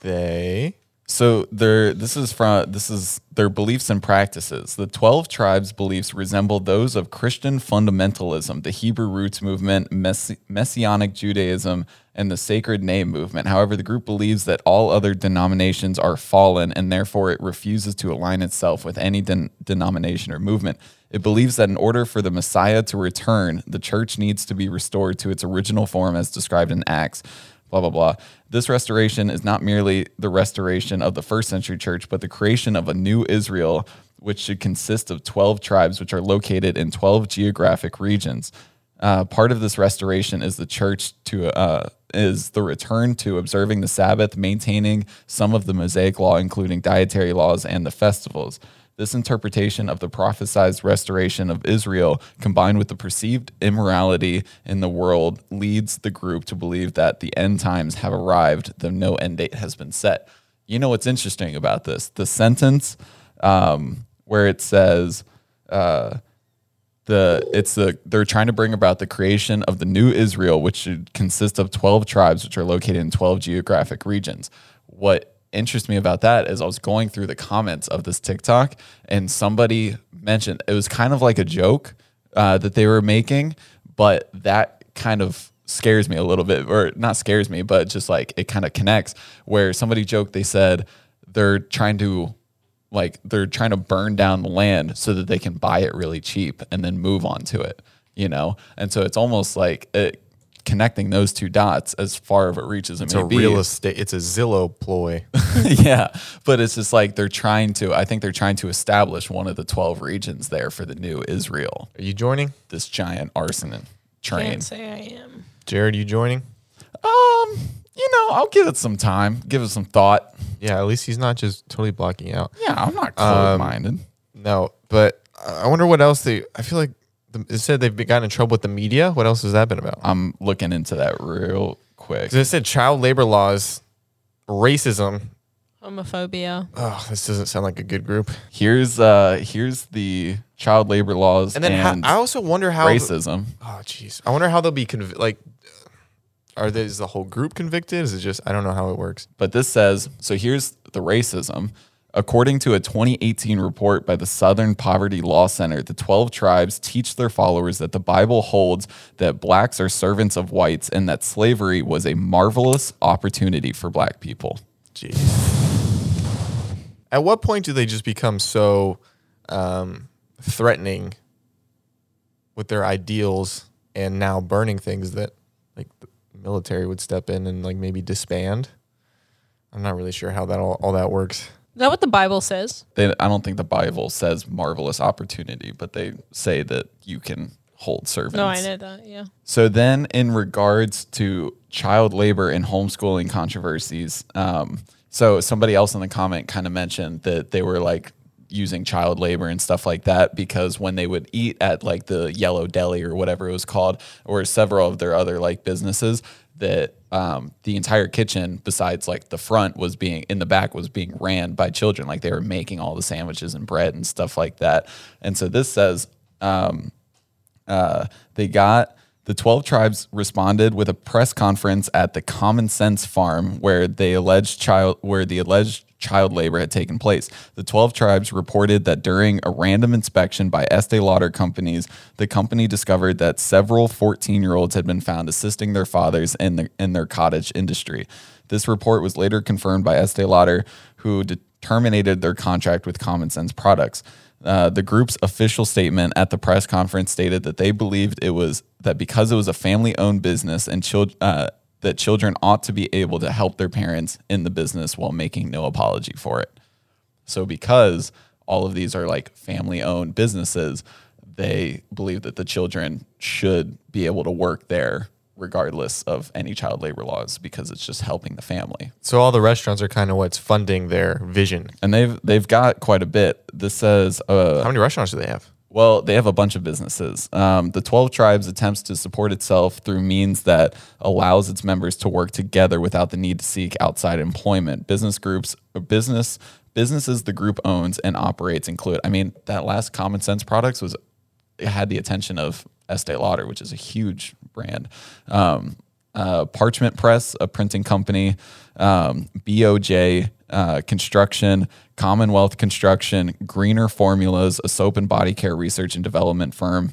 S3: they
S1: So their this is from this is their beliefs and practices. The twelve tribes' beliefs resemble those of Christian fundamentalism, the Hebrew roots movement, Messi- Messianic Judaism, and the Sacred Name movement. However, the group believes that all other denominations are fallen, and therefore it refuses to align itself with any den- denomination or movement. It believes that in order for the Messiah to return, the church needs to be restored to its original form as described in Acts blah blah blah. This restoration is not merely the restoration of the first century church, but the creation of a new Israel, which should consist of twelve tribes, which are located in twelve geographic regions. Uh, part of this restoration is the church to uh, is the return to observing the Sabbath, maintaining some of the Mosaic law, including dietary laws and the festivals. This interpretation of the prophesied restoration of Israel, combined with the perceived immorality in the world, leads the group to believe that the end times have arrived, though no end date has been set. You know what's interesting about this? The sentence um, where it says, uh, the it's the they're trying to bring about the creation of the new Israel, which should consist of twelve tribes, which are located in twelve geographic regions. What interests me about that is I was going through the comments of this TikTok, and somebody mentioned it was kind of like a joke uh, that they were making, but that kind of scares me a little bit, or not scares me, but just like it kind of connects. Where somebody joked, they said they're trying to like they're trying to burn down the land so that they can buy it really cheap and then move on to it you know and so it's almost like it, connecting those two dots as far of it reaches it
S3: it's
S1: may
S3: a
S1: be.
S3: real estate. It's a Zillow ploy.
S1: yeah but it's just like they're trying to i think they're trying to establish one of the 12 regions there for the new israel
S3: Are you joining,
S1: this giant arsenal train
S2: Can't say I am.
S3: Jared? Are you joining?
S1: um you know i'll give it some time give it some thought
S3: Yeah, at least he's not just totally blocking out.
S1: yeah i'm not
S3: Um,
S1: closed-minded
S3: No, but I wonder what else they. I feel like the, it said they've gotten in trouble with the media. What else has that been about?
S1: i'm looking into that real quick
S3: So it said child labor laws, racism.
S2: Homophobia.
S3: Oh, this doesn't sound like a good group.
S1: Here's uh here's the child labor laws
S3: And
S1: and,
S3: then how, I also wonder how.
S1: racism.
S3: Oh, jeez. I wonder how they'll be conv- like. Are they, is the whole group convicted? Is it just I don't know how it works.
S1: But this says so here's the racism. According to a 2018 report by the Southern Poverty Law Center, the 12 tribes teach their followers that the Bible holds that blacks are servants of whites and that slavery was a marvelous opportunity for black people.
S3: Jeez. At what point do they just become so um, threatening with their ideals and now burning things that like the military would step in and like maybe disband? I'm not really sure how that all, all that works.
S2: Is that what the Bible says?
S1: They, I don't think the Bible says marvelous opportunity, but they say that you can hold servants.
S2: No, I know that. Yeah.
S1: So then, in regards to child labor and homeschooling controversies, um, so somebody else in the comment kind of mentioned that they were like using child labor and stuff like that because when they would eat at like the Yellow Deli or whatever it was called, or several of their other like businesses, that um, the entire kitchen, besides like the front, was being in the back was being ran by children. Like they were making all the sandwiches and bread and stuff like that. And so this says uh, they got the 12 tribes responded with a press conference at the Common Sense Farm where they alleged child where the alleged child labor had taken place. The 12 tribes reported that during a random inspection by Estee Lauder companies, the company discovered that several 14 year olds had been found assisting their fathers in, the, in their cottage industry. This report was later confirmed by Estee Lauder, who de- terminated their contract with Common Sense Products. Uh, the group's official statement at the press conference stated that they believed it was that because it was a family-owned business and children uh, that children ought to be able to help their parents in the business while making no apology for it. So because all of these are like family-owned businesses, they believe that the children should be able to work there regardless of any child labor laws because it's just helping the family.
S3: So all the restaurants are kind of what's funding their vision.
S1: And they've they've got quite a bit. This says uh,
S3: How many restaurants do they have?
S1: Well, they have a bunch of businesses. Um, the 12 tribes attempts to support itself through means that allows its members to work together without the need to seek outside employment. Business groups, or business businesses the group owns and operates include. I mean, that last Common Sense Products was it had the attention of Estee Lauder, which is a huge brand. Um, uh, Parchment Press, a printing company, um, BOJ uh, Construction, Commonwealth Construction, Greener Formulas, a soap and body care research and development firm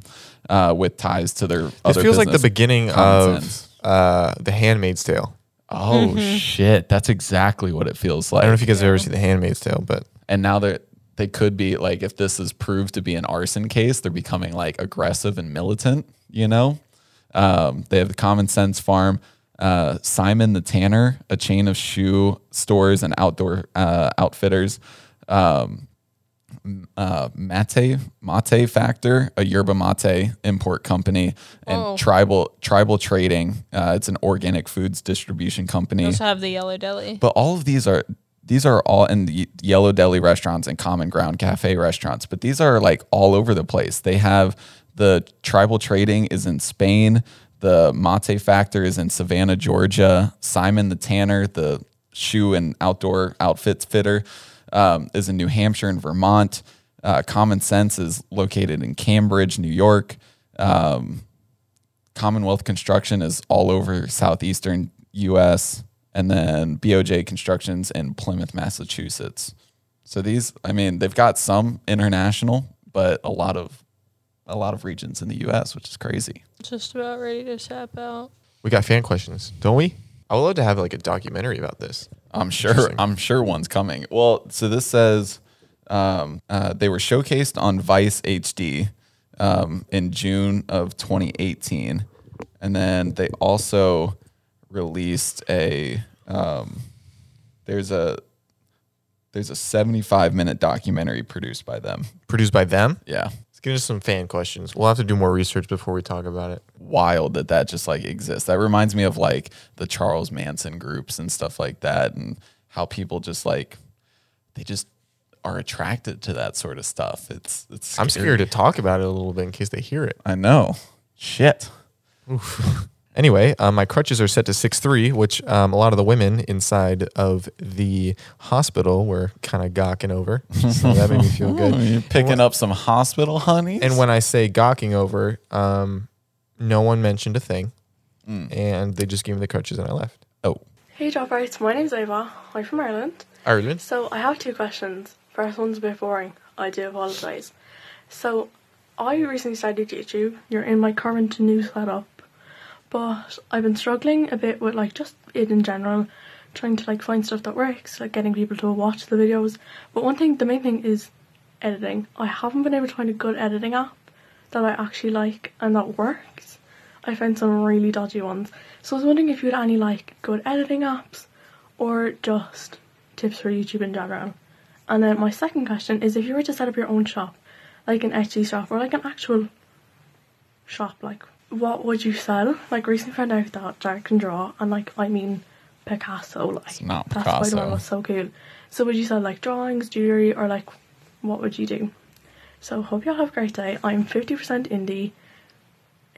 S1: uh, with ties to their.
S3: This
S1: other
S3: feels like the
S1: business,
S3: beginning
S1: Common
S3: of
S1: Sense.
S3: uh, The Handmaid's Tale.
S1: Oh shit! That's exactly what it feels like.
S3: I don't know if you guys have ever seen The Handmaid's Tale, but
S1: and now they're they could be like if this is proved to be an arson case they're becoming like aggressive and militant you know um, they have the common sense farm uh, simon the tanner a chain of shoe stores and outdoor uh, outfitters Um, uh, Mate Mate Factor, a yerba mate import company, and Tribal Tribal Trading. Uh, it's an organic foods distribution company.
S2: We also have the yellow deli.
S1: But all of these are these are all in the Yellow Deli restaurants and Common Ground Cafe restaurants. But these are like all over the place. They have the Tribal Trading is in Spain. The Mate Factor is in Savannah, Georgia. Simon the Tanner, the shoe and outdoor outfits fitter, um, is in New Hampshire and Vermont. Uh, Common Sense is located in Cambridge, New York. Commonwealth Construction is all over southeastern U.S. and then BOJ Constructions in Plymouth, Massachusetts. So these, I mean, they've got some international, but a lot of a lot of regions in the U.S., which is crazy.
S2: Just about ready to tap out.
S3: we got fan questions, don't we? I would love to have like a documentary about this.
S1: I'm sure. I'm sure one's coming. Well, so this says um, uh, they were showcased on Vice HD um, in June of 2018, and then they also released a um, there's a there's a 75 minute documentary produced by them.
S3: Produced by them.
S1: Yeah,
S3: Let's get into some fan questions. We'll have to do more research before we talk about it.
S1: wild that that just like exists. That reminds me of like the Charles Manson groups and stuff like that, and how people just like they just are attracted to that sort of stuff. It's it's.
S3: I'm
S1: scary.
S3: scared to talk about it a little bit in case they hear it.
S1: I know. Shit.
S3: Anyway, uh, my crutches are set to six three, which um, a lot of the women inside of the hospital were kind of gawking over. So that made me feel good.
S1: You're picking up some hospital honeys.
S3: And when I say gawking over, um, no one mentioned a thing, and they just gave me the crutches and I left.
S1: oh,
S8: Hey Jobbers, my name's Ava. I'm from Ireland.
S3: Ireland.
S8: So I have two questions. First one's a bit boring. I do apologise. So I recently started YouTube. You're in my current new setup. But I've been struggling a bit with like just it in general, trying to like find stuff that works, like getting people to watch the videos. But one thing the main thing is editing. I haven't been able to find a good editing app that I actually like and that works. I found some really dodgy ones. So I was wondering if you had any like good editing apps or just tips for YouTube in general. And then my second question is if you were to set up your own shop, like an Etsy shop or like an actual shop, like what would you sell? Like recently found out that Jack can draw and like I mean Picasso like
S1: not
S8: that's
S1: Picasso.
S8: why the was so cool. So would you sell like drawings, jewellery or like what would you do? So hope y'all have a great day. I'm 50% indie.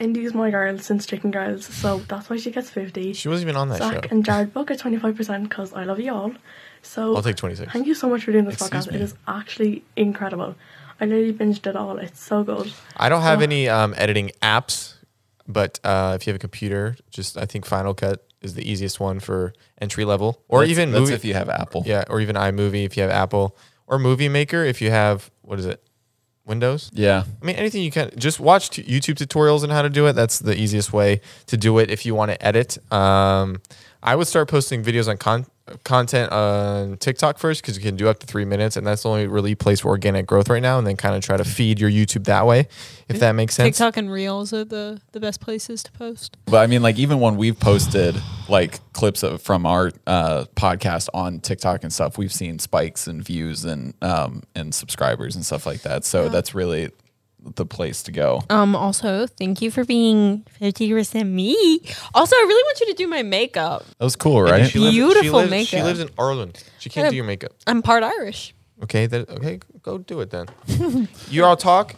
S8: Indie's my girl since Chicken Girls, so that's why she gets 50.
S3: She wasn't even on that
S8: Zach
S3: show.
S8: and Jared both get 25% because I love you all. So
S3: I'll take 26.
S8: Thank you so much for doing this
S1: Excuse
S8: podcast.
S1: me.
S8: It is actually incredible. I literally binged it all. It's so good.
S3: I don't
S1: Oh.
S3: have any um, editing apps, but uh, if you have a computer, just I think Final Cut is the easiest one for entry level, or
S1: That's-
S3: even
S1: that's
S3: movie.
S1: if you have Apple.
S3: yeah, or even iMovie if you have Apple, or Movie Maker if you have what is it, Windows.
S1: Yeah.
S3: I mean, anything you can just watch t- YouTube tutorials on how to do it. That's the easiest way to do it if you want to edit. Um, I would start posting videos on con- content on TikTok first because you can do up to three minutes, and that's the only really place for organic growth right now. And then kind of try to feed your YouTube that way, if that makes sense.
S2: TikTok and Reels are the, the best places to post.
S1: But I mean, like even when we've posted like clips of, from our uh, podcast on TikTok and stuff, we've seen spikes in views and um, and subscribers and stuff like that. So that's really the place to go.
S4: Um. Also, thank you for being fifty percent me. Also, I really want you to do my makeup.
S1: That was cool, right?
S3: She lives- she
S4: Beautiful
S3: lives- She
S4: makeup.
S3: lives in Ireland. She can't do your makeup.
S2: I'm part Irish.
S3: Okay, that okay. Go do it then. you all talk.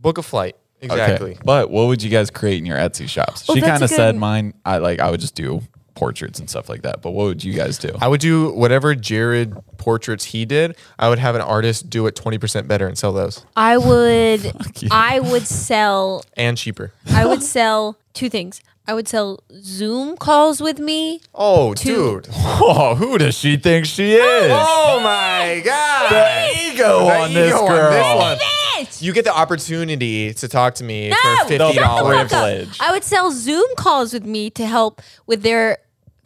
S3: Book a flight. Exactly.
S1: Okay. But what would you guys create in your Etsy shops? she
S4: that's
S1: kind
S4: a
S1: of said
S4: good-
S1: mine. I like I would just do portraits and stuff like that. But what would you guys do?
S3: I would do whatever Jared portraits he did. I would have an artist do it twenty percent better and sell those
S4: I would. I would sell.
S3: and cheaper.
S4: I would sell two things. I would sell Zoom calls with me.
S3: Oh,
S4: Two.
S3: dude!
S1: Oh, who does she think she is?
S3: Oh my god!
S1: The ego on this
S3: ego on
S1: girl.
S3: this one.
S4: Bitch!
S3: You get the opportunity to talk to me
S4: No,
S3: for
S4: shut
S3: fifty dollars.
S1: privilege.
S4: I would sell Zoom calls with me to help with their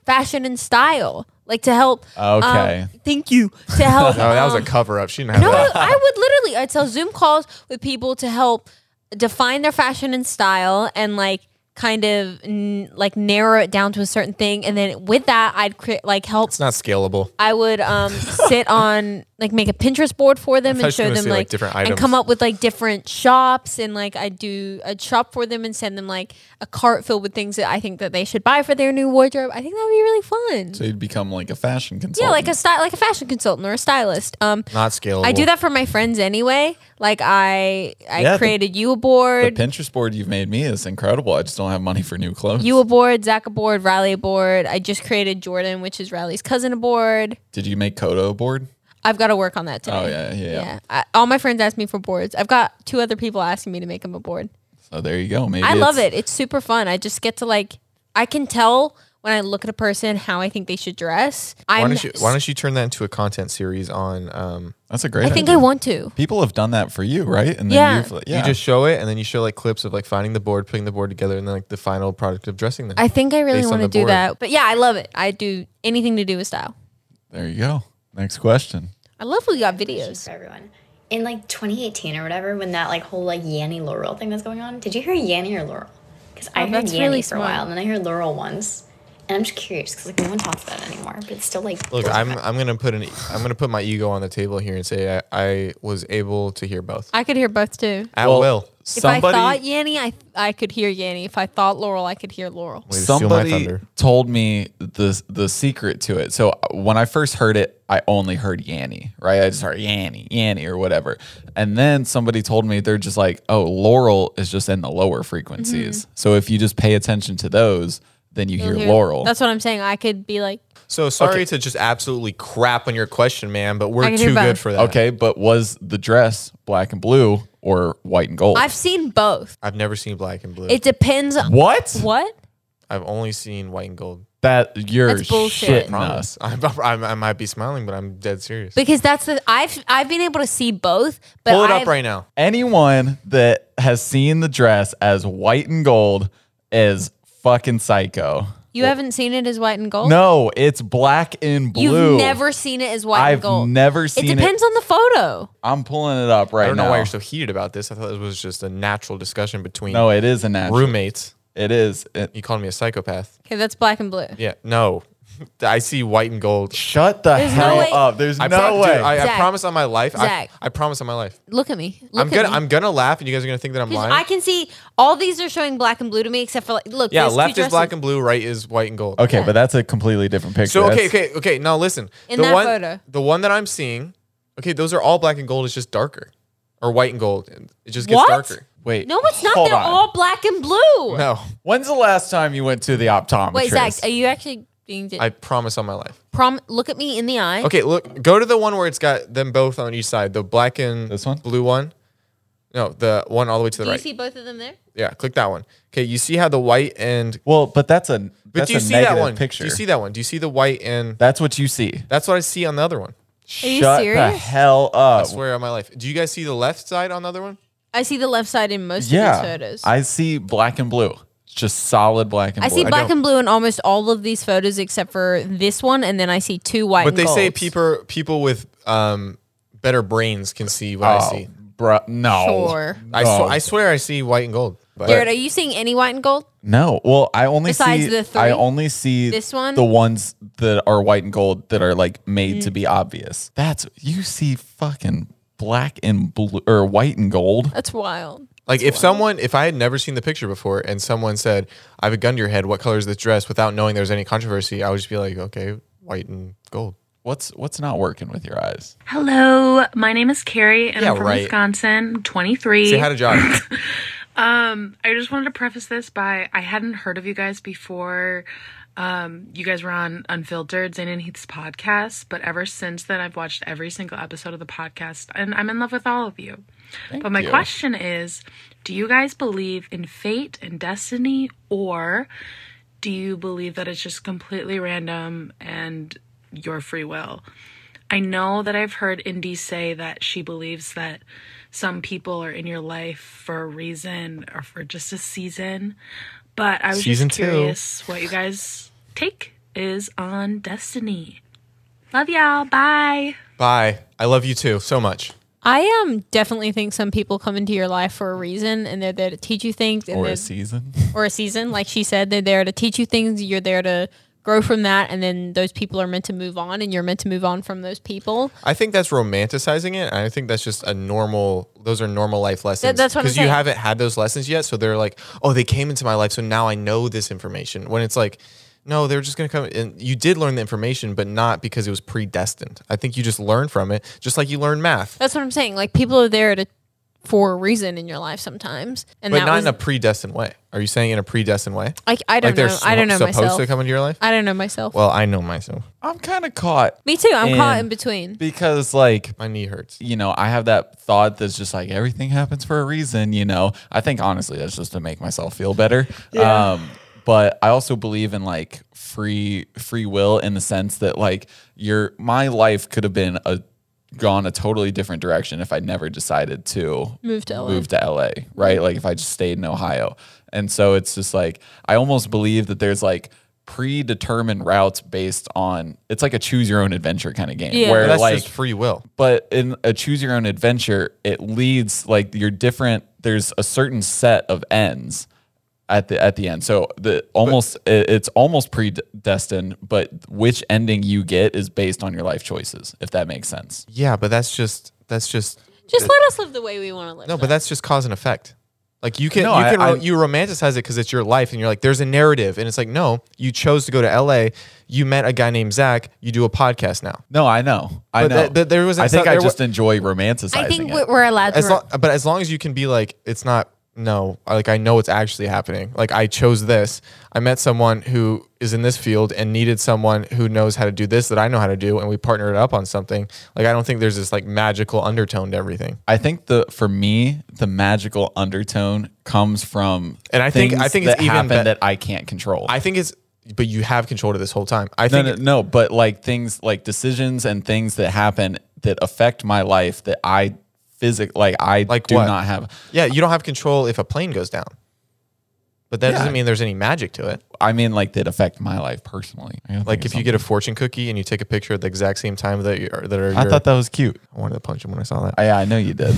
S4: fashion and style, like to help. um,
S1: Okay.
S4: thank you to help.
S3: No, Oh, that was a
S4: um,
S3: cover up. She didn't have
S4: No, I,
S3: that.
S4: I would literally. I'd sell Zoom calls with people to help define their fashion and style, and like kind of n- like narrow it down to a certain thing. And then with that, I'd create like help.
S3: It's not scalable.
S4: I would um, sit on like make a Pinterest board for them
S3: thought you
S4: and show
S3: were gonna
S4: them
S3: say,
S4: like,
S3: like, different
S4: and
S3: items.
S4: come up with like different shops and like I do a shop for them and send them like a cart filled with things that I think that they should buy for their new wardrobe. I think that would be really fun.
S1: So you'd become like a fashion consultant.
S4: yeah, like a style, like a fashion consultant or a stylist. Um,
S3: Not scalable.
S4: I do that for my friends anyway. Like I, I
S1: Yeah, the-
S4: created you a
S1: the
S4: board,
S1: Pinterest board you've made me is incredible. I just don't have money for new clothes.
S4: you a board, Zach a board, Riley a board. I just created Jordan, which is Riley's cousin, a board.
S1: Did you make Kodo a board?
S4: I've got to work on that today.
S1: Oh, yeah, yeah, yeah.
S4: I, all my friends ask me for boards. I've got two other people asking me to make them a board.
S1: So there you go. Maybe
S4: I love
S1: it's-
S4: it. It's super fun. I just get to like, I can tell when I look at a person how I think they should dress. I'm,
S3: Why don't you Why don't you turn that into a content series on? Um,
S1: That's a great.
S4: I think
S1: idea.
S4: I want to.
S1: People have done that for you, right? And
S4: Yeah.
S1: you've, yeah.
S3: You just show it, and then you show like clips of like finding the board, putting the board together, and then like the final product of dressing them.
S4: I think I really
S3: Based on
S4: want to do
S3: the board.
S4: that. But yeah, I love it. I do anything to do with style.
S1: there you go. Next question.
S4: I love we got videos.
S9: for everyone. In like 2018 or whatever, when that like whole like Yanny Laurel thing was going on, did you hear Yanny or Laurel? Because I
S4: Oh,
S9: heard
S4: that's
S9: Yanny
S4: really
S9: for a
S4: smart.
S9: while, and then I heard Laurel once, and I'm just curious because like no one talks about it anymore, but it's still like
S3: Look, I'm I'm gonna put an I'm gonna put my ego on the table here and say I, I was able to hear both
S4: I could hear both too.
S3: at
S1: Well,
S3: will.
S4: If
S1: Somebody,
S4: I thought Yanny, I I could hear Yanny. If I thought Laurel, I could hear Laurel.
S3: Way to steal my
S1: somebody
S3: thunder.
S1: told me the the secret to it. So uh, when I first heard it, I only heard Yanny, right? I just heard Yanny, Yanny, or whatever. And then somebody told me they're just like, oh, Laurel is just in the lower frequencies. So if you just pay attention to those, then you hear
S4: Mm-hmm. You'll hear-
S1: Laurel.
S4: That's what I'm saying. I could be like,
S3: So sorry to just absolutely crap on your question, man, but
S4: I
S3: we're
S4: can hear
S3: too good
S4: both.
S3: for that.
S1: Okay, but was the dress black and blue or white and gold?
S4: I've seen both.
S3: I've never seen black and blue.
S4: It depends. on
S1: what?
S4: What?
S3: I've only seen white and gold.
S1: That you're
S4: That's bullshit.
S1: shitting us.
S3: I'm, I'm, I might be smiling, but I'm dead serious.
S4: Because that's the I've I've been able to see both. But
S3: Pull it
S4: I've,
S3: up right now.
S1: Anyone that has seen the dress as white and gold is fucking psycho.
S4: You haven't seen it as white and gold.
S1: No, it's black and blue.
S4: Oh. You've never seen it as white
S1: I've
S4: and gold.
S1: never
S4: It
S1: seen it.
S4: depends on the photo.
S1: I'm pulling it up right
S3: I don't know
S1: now.
S3: why you're so heated about this. I thought it was just a natural discussion between
S1: no, it is a natural.
S3: roommates.
S1: It is. It-
S3: You called me a psychopath.
S4: Okay, that's black and blue.
S3: Yeah, no. I see white and gold.
S1: Shut the
S4: There's no
S1: hell
S4: way-
S1: up. There's
S3: I
S1: no
S3: pro-
S1: way.
S3: dude, I, I
S4: Zach.
S3: promise on my life. I,
S4: Zach.
S3: I promise on my life.
S4: Look at me. Look
S3: I'm gonna
S4: At me.
S3: I'm gonna laugh, and you guys are gonna think that I'm
S4: 'Cause
S3: lying.
S4: I can see all these are showing black and blue to me, except for like, look.
S3: yeah,
S4: there's two
S3: left is
S4: dresses.
S3: black and blue, right is white and gold.
S1: okay, but that's a completely different picture.
S3: So okay,
S1: That's-
S3: okay, okay. Now listen.
S4: In that
S3: one,
S4: photo.
S3: the one that I'm seeing, okay, those are all black and gold. It's just darker, or white and gold. It just gets
S4: What?
S3: darker.
S1: Wait.
S4: No, it's not.
S1: hold
S4: They're
S1: on.
S4: all black and blue.
S3: No,
S1: When's the last time you went to the optometrist?
S4: Wait, Zach, are you actually being?
S3: I promise on my life.
S4: prom look at me in the eye.
S3: Okay, look, go to the one where it's got them both on each side. The black and
S1: This one?
S3: blue one. No, the one all the way to the
S4: Do you
S3: right.
S4: see both of them there?
S3: yeah, click that one. Okay, you see how the white and
S1: Well, but that's a
S3: but
S1: that's
S3: do you
S1: a
S3: see
S1: negative
S3: that one?
S1: picture.
S3: Do you see that one? Do you see the white and
S1: That's what you see.
S3: that's what I see on the other one?
S4: Are you
S1: Shut the
S4: serious?
S1: hell
S3: I
S1: up.
S3: swear on my life. Do you guys see the left side on the other one?
S4: I see the left side in most of these
S1: Yeah,
S4: photos. I,
S1: I see black and blue. It's just solid black and blue.
S4: see black
S3: don't-
S4: and blue in almost all of these photos except for this one, and then I see two white.
S3: But
S4: and
S3: they say
S4: golds.
S3: people people with um better brains can see what I
S1: Oh,
S3: see.
S1: bruh, no.
S4: Sure.
S3: I,
S1: No.
S3: sw- I swear I see white and gold. But
S4: Garrett, are you seeing any white and gold?
S1: No, well, I only
S4: Besides
S1: see
S4: the three?
S1: I only see
S4: This one? Mm.
S1: the ones that are white and gold that are like made to be obvious. That's you see fucking black and blue or white and gold.
S4: That's wild.
S3: like if someone if I had never seen the picture before and someone said, I have a gun to your head, what color is this dress without knowing there's any controversy, I would just be like, Okay, white and gold.
S1: What's what's not working with your eyes?
S10: Hello, my name is Carrie, and
S3: Yeah,
S10: I'm from
S3: right.
S10: Wisconsin. I'm 23.
S3: Say hi to Josh.
S10: um, I just wanted to preface this by I hadn't heard of you guys before. Um, you guys were on Unfiltered Zane and Heath's podcast, but ever since then, I've watched every single episode of the podcast, and I'm in love with all of you. but my
S1: you.
S10: question is, do you guys believe in fate and destiny, or do you believe that it's just completely random and your free will? I know that I've heard Indy say that she believes that some people are in your life for a reason or for just a season, but I was
S3: Season
S10: just
S3: two.
S10: curious what you guys take is on destiny. Love y'all. Bye.
S3: Bye. I love you too so much.
S4: I um definitely think some people come into your life for a reason, and they're there to teach you things, and
S1: Or
S4: they're-
S1: a season?
S4: or a season, like she said, they're there to teach you things. You're there to grow from that, and then those people are meant to move on, and you're meant to move on from those people.
S3: I think that's romanticizing it. and I think that's just a normal. Those are normal life lessons.
S4: that's what I'm
S3: Because you
S4: saying.
S3: haven't had those lessons yet, so they're like, oh, they came into my life, so now I know this information. When it's like, no, they're just gonna come. And you did learn the information, but not because it was predestined. I think you just learn from it, just like you learn math,
S4: That's what I'm saying. Like people are there to for a reason in your life sometimes, and
S3: but
S4: that
S3: not
S4: was
S3: in a predestined way. Are you saying in a predestined way?
S4: I, I don't
S3: like they're
S4: know. I don't know
S3: supposed
S4: myself.
S3: to come into your life.
S4: I don't know myself.
S3: Well, I know myself.
S1: I'm kind of caught
S4: Me too. I'm caught
S1: and-
S4: in between.
S1: because like
S3: My knee hurts.
S1: you know, I have that thought that's just like everything happens for a reason, you know. I think honestly that's just to make myself feel better. Um but I also believe in like free free will in the sense that like your my life could have been a gone a totally different direction if I never decided to
S4: Move to LA.
S1: move to LA, right? Like if I just stayed in Ohio. And so it's just like I almost believe that there's like predetermined routes based on it's like a choose your own adventure kind of game
S4: Yeah.
S1: where
S3: But that's
S1: like
S3: just free will.
S1: but in a choose your own adventure, it leads like your different. There's a certain set of ends at the at the end. So the almost it, it's almost predestined, but which ending you get is based on your life choices. If that makes sense.
S3: Yeah, but that's just that's just
S4: Just let us live the way we want to live.
S3: No, but that's just cause and effect. Like you can
S1: No,
S3: you
S1: I-
S3: can
S1: I-
S3: ro- you romanticize it because it's your life, and you're like, there's a narrative, and it's like, no, you chose to go to L.A. You met a guy named Zach. You do a podcast now.
S1: No, I know. I
S3: But
S1: know.
S3: that- that there was-
S1: I think
S3: there
S1: I
S3: wa-
S1: just enjoy romanticizing.
S4: I think
S1: it.
S4: we're, we're allowed to.
S3: As lo- but as long as you can be like, it's not no, I- like I know it's actually happening. Like I chose this. I met someone who is in this field and needed someone who knows how to do this that I know how to do, and we partnered up on something. Like I don't think there's this like magical undertone to everything.
S1: I think the for me the magical undertone comes from
S3: And I think-
S1: things
S3: I think it's
S1: that
S3: even
S1: happen
S3: bet-
S1: that I can't control.
S3: I think it's, but you have control to this whole time. I
S1: No,
S3: think
S1: no, no, but like things like decisions and things that happen that affect my life that I physic like I
S3: Like
S1: do
S3: what?
S1: not have.
S3: Yeah, you don't have control if a plane goes down. But that
S1: Yeah.
S3: doesn't mean there's any magic to it.
S1: I mean, like that affect my life personally. I gotta
S3: Like
S1: think of
S3: if you get a fortune cookie and you take a picture at the exact same time that you are, that are
S1: something. I
S3: your-
S1: thought that was cute.
S3: I wanted to punch him when I saw that.
S1: I, yeah, I know you did.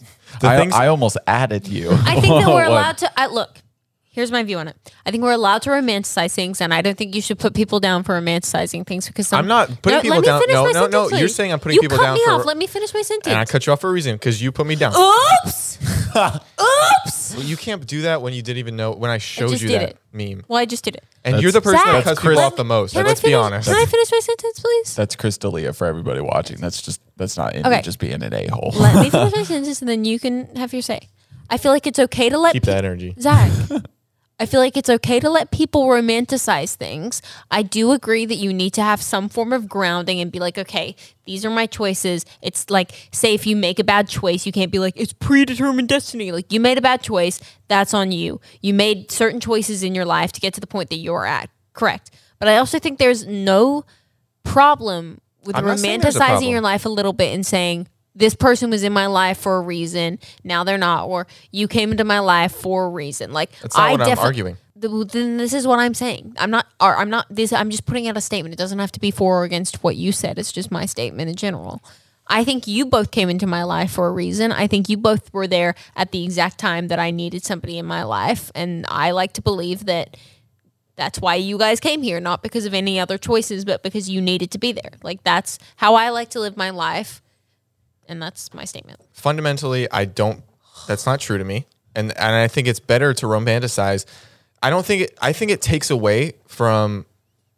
S3: The
S1: I,
S3: things-
S1: I almost added you.
S4: I think that we're allowed to. I, look, here's my view on it. I think we're allowed to romanticize things, and I don't think you should put people down for romanticizing things because some,
S3: I'm not putting people
S4: let me
S3: down-
S4: finish
S3: no,
S4: my
S3: no,
S4: sentence,
S3: no, you're
S4: please.
S3: saying I'm putting
S4: You
S3: people
S4: cut
S3: down
S4: me
S3: for-
S4: off. Let me finish my sentence.
S3: and I cut you off for a reason because you put me down.
S4: Oops. Oops.
S3: Well, you can't do that when you didn't even know when I showed
S4: just
S3: you
S4: did
S3: that
S4: it.
S3: meme.
S4: Well, I just did it.
S3: And
S1: That's-
S3: you're the person
S4: Zach,
S3: that cuts
S4: let
S3: people
S4: me-
S3: off the most.
S4: can I
S3: Let's be
S4: finish-
S3: honest.
S4: Can I finish my sentence, please?
S1: That's Chris D'Elia for everybody watching. That's just that's not Indy
S4: Okay.
S1: just being an a hole.
S4: Let me finish my sentence, and then you can have your say. I feel like it's okay to let
S3: Keep that energy.
S4: Zach, I feel like it's okay to let people romanticize things. I do agree that you need to have some form of grounding and be like, okay, these are my choices. It's like, say, if you make a bad choice, you can't be like, it's predetermined destiny. Like, you made a bad choice, that's on you. You made certain choices in your life to get to the point that you're at. Correct. But I also think there's no problem with
S3: I'm not saying there's a
S4: romanticizing
S3: problem.
S4: your life a little bit and saying this person was in my life for a reason now they're not or you came into my life for a reason like
S3: That's not
S4: I
S3: what I'm
S4: defi-
S3: arguing.
S4: Th- then this is what i'm saying i'm not or i'm not this i'm just putting out a statement it doesn't have to be for or against what you said it's just my statement in general i think you both came into my life for a reason i think you both were there at the exact time that i needed somebody in my life and i like to believe that that's why you guys came here, not because of any other choices, but because you needed to be there. Like that's how I like to live my life. And that's my statement.
S3: fundamentally i don't that's not true to me and and i think it's better to romanticize i don't think it, i think it takes away from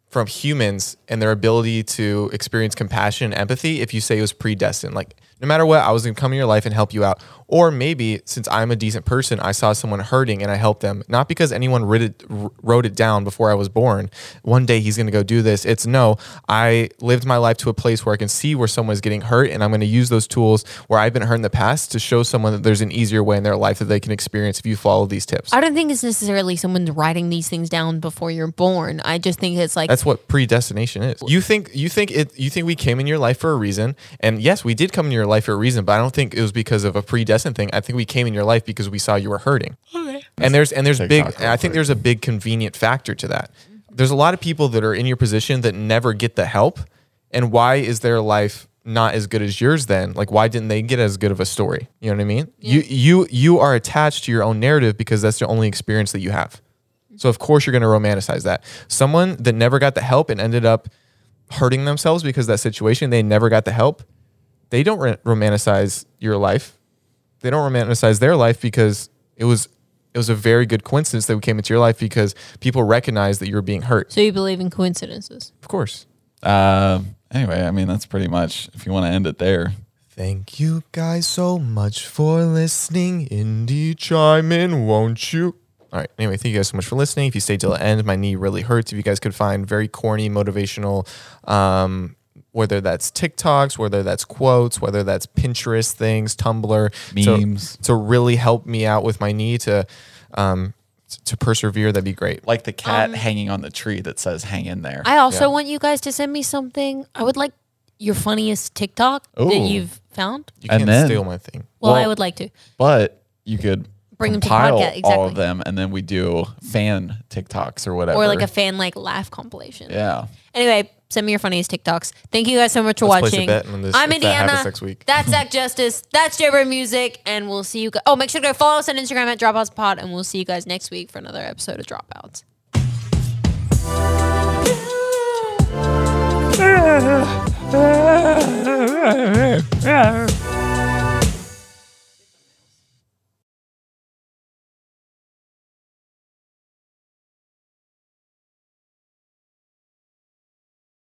S3: from humans and their ability to experience compassion and empathy if you say it was predestined like no matter what i was going to come in your life and help you out or maybe since i'm a decent person i saw someone hurting and i helped them not because anyone writ it, r- wrote it down before i was born one day he's going to go do this it's no i lived my life to a place where i can see where someone's getting hurt and i'm going to use those tools where i've been hurt in the past to show someone that there's an easier way in their life that they can experience if you follow these tips
S4: I don't think it's necessarily someone's writing these things down before you're born. I just think it's like
S3: That's what predestination is. You think you think it you think we came in your life for a reason. And yes, we did come in your life for a reason, but I don't think it was because of a predestined thing. I think we came in your life because we saw you were hurting. And there's and there's big
S1: TikTok real
S3: and I think there's a big convenient factor to that. There's a lot of people that are in your position that never get the help. And why is their life not as good as yours then? Like why didn't they get as good of a story? You know what I mean? You you you are attached to your own narrative because that's the only experience that you have. So of course you're going to romanticize that. Someone that never got the help and ended up hurting themselves because of that situation, they never got the help. They don't ro- romanticize your life. They don't romanticize their life because it was it was a very good coincidence that we came into your life because people recognized that you were being hurt.
S4: so you believe in coincidences.
S3: Of course.
S1: Um, anyway, I mean, that's pretty much if you want to end it there.
S3: Thank you guys so much for listening. Indie chime in, won't you? All right. Anyway, thank you guys so much for listening. If you stay till the end, my knee really hurts. If you guys could find very corny motivational, um, whether that's TikToks, whether that's quotes, whether that's Pinterest things, Tumblr, to-
S1: Memes.
S3: to, really help me out with my knee to um, t- to persevere, that'd be great.
S1: Like the
S4: Um,
S1: cat hanging on the tree that says hang in there.
S4: I also want you guys to send me something. I would like your funniest TikTok
S1: Ooh.
S4: that you've found.
S3: You
S1: and
S3: can't
S1: then-
S3: steal my thing.
S4: Well, I
S1: Well-
S4: would like to.
S1: but you could
S4: Bring them to
S1: compile
S4: podcast,
S1: all
S4: exactly.
S1: of them and then we do fan TikToks or whatever.
S4: Or like a fan like laugh compilation.
S1: Yeah.
S4: Anyway, send me your funniest TikToks. Thank you guys so much for
S3: Let's place a
S4: watching.
S3: bet on this
S4: I'm
S3: if that happens
S4: Indiana.
S3: next week.
S4: That's Zach Justice. That's Jaber Music, and we'll see you. Go- oh, make sure to go follow us on Instagram at Dropouts Pod, and we'll see you guys next week for another episode of Dropouts.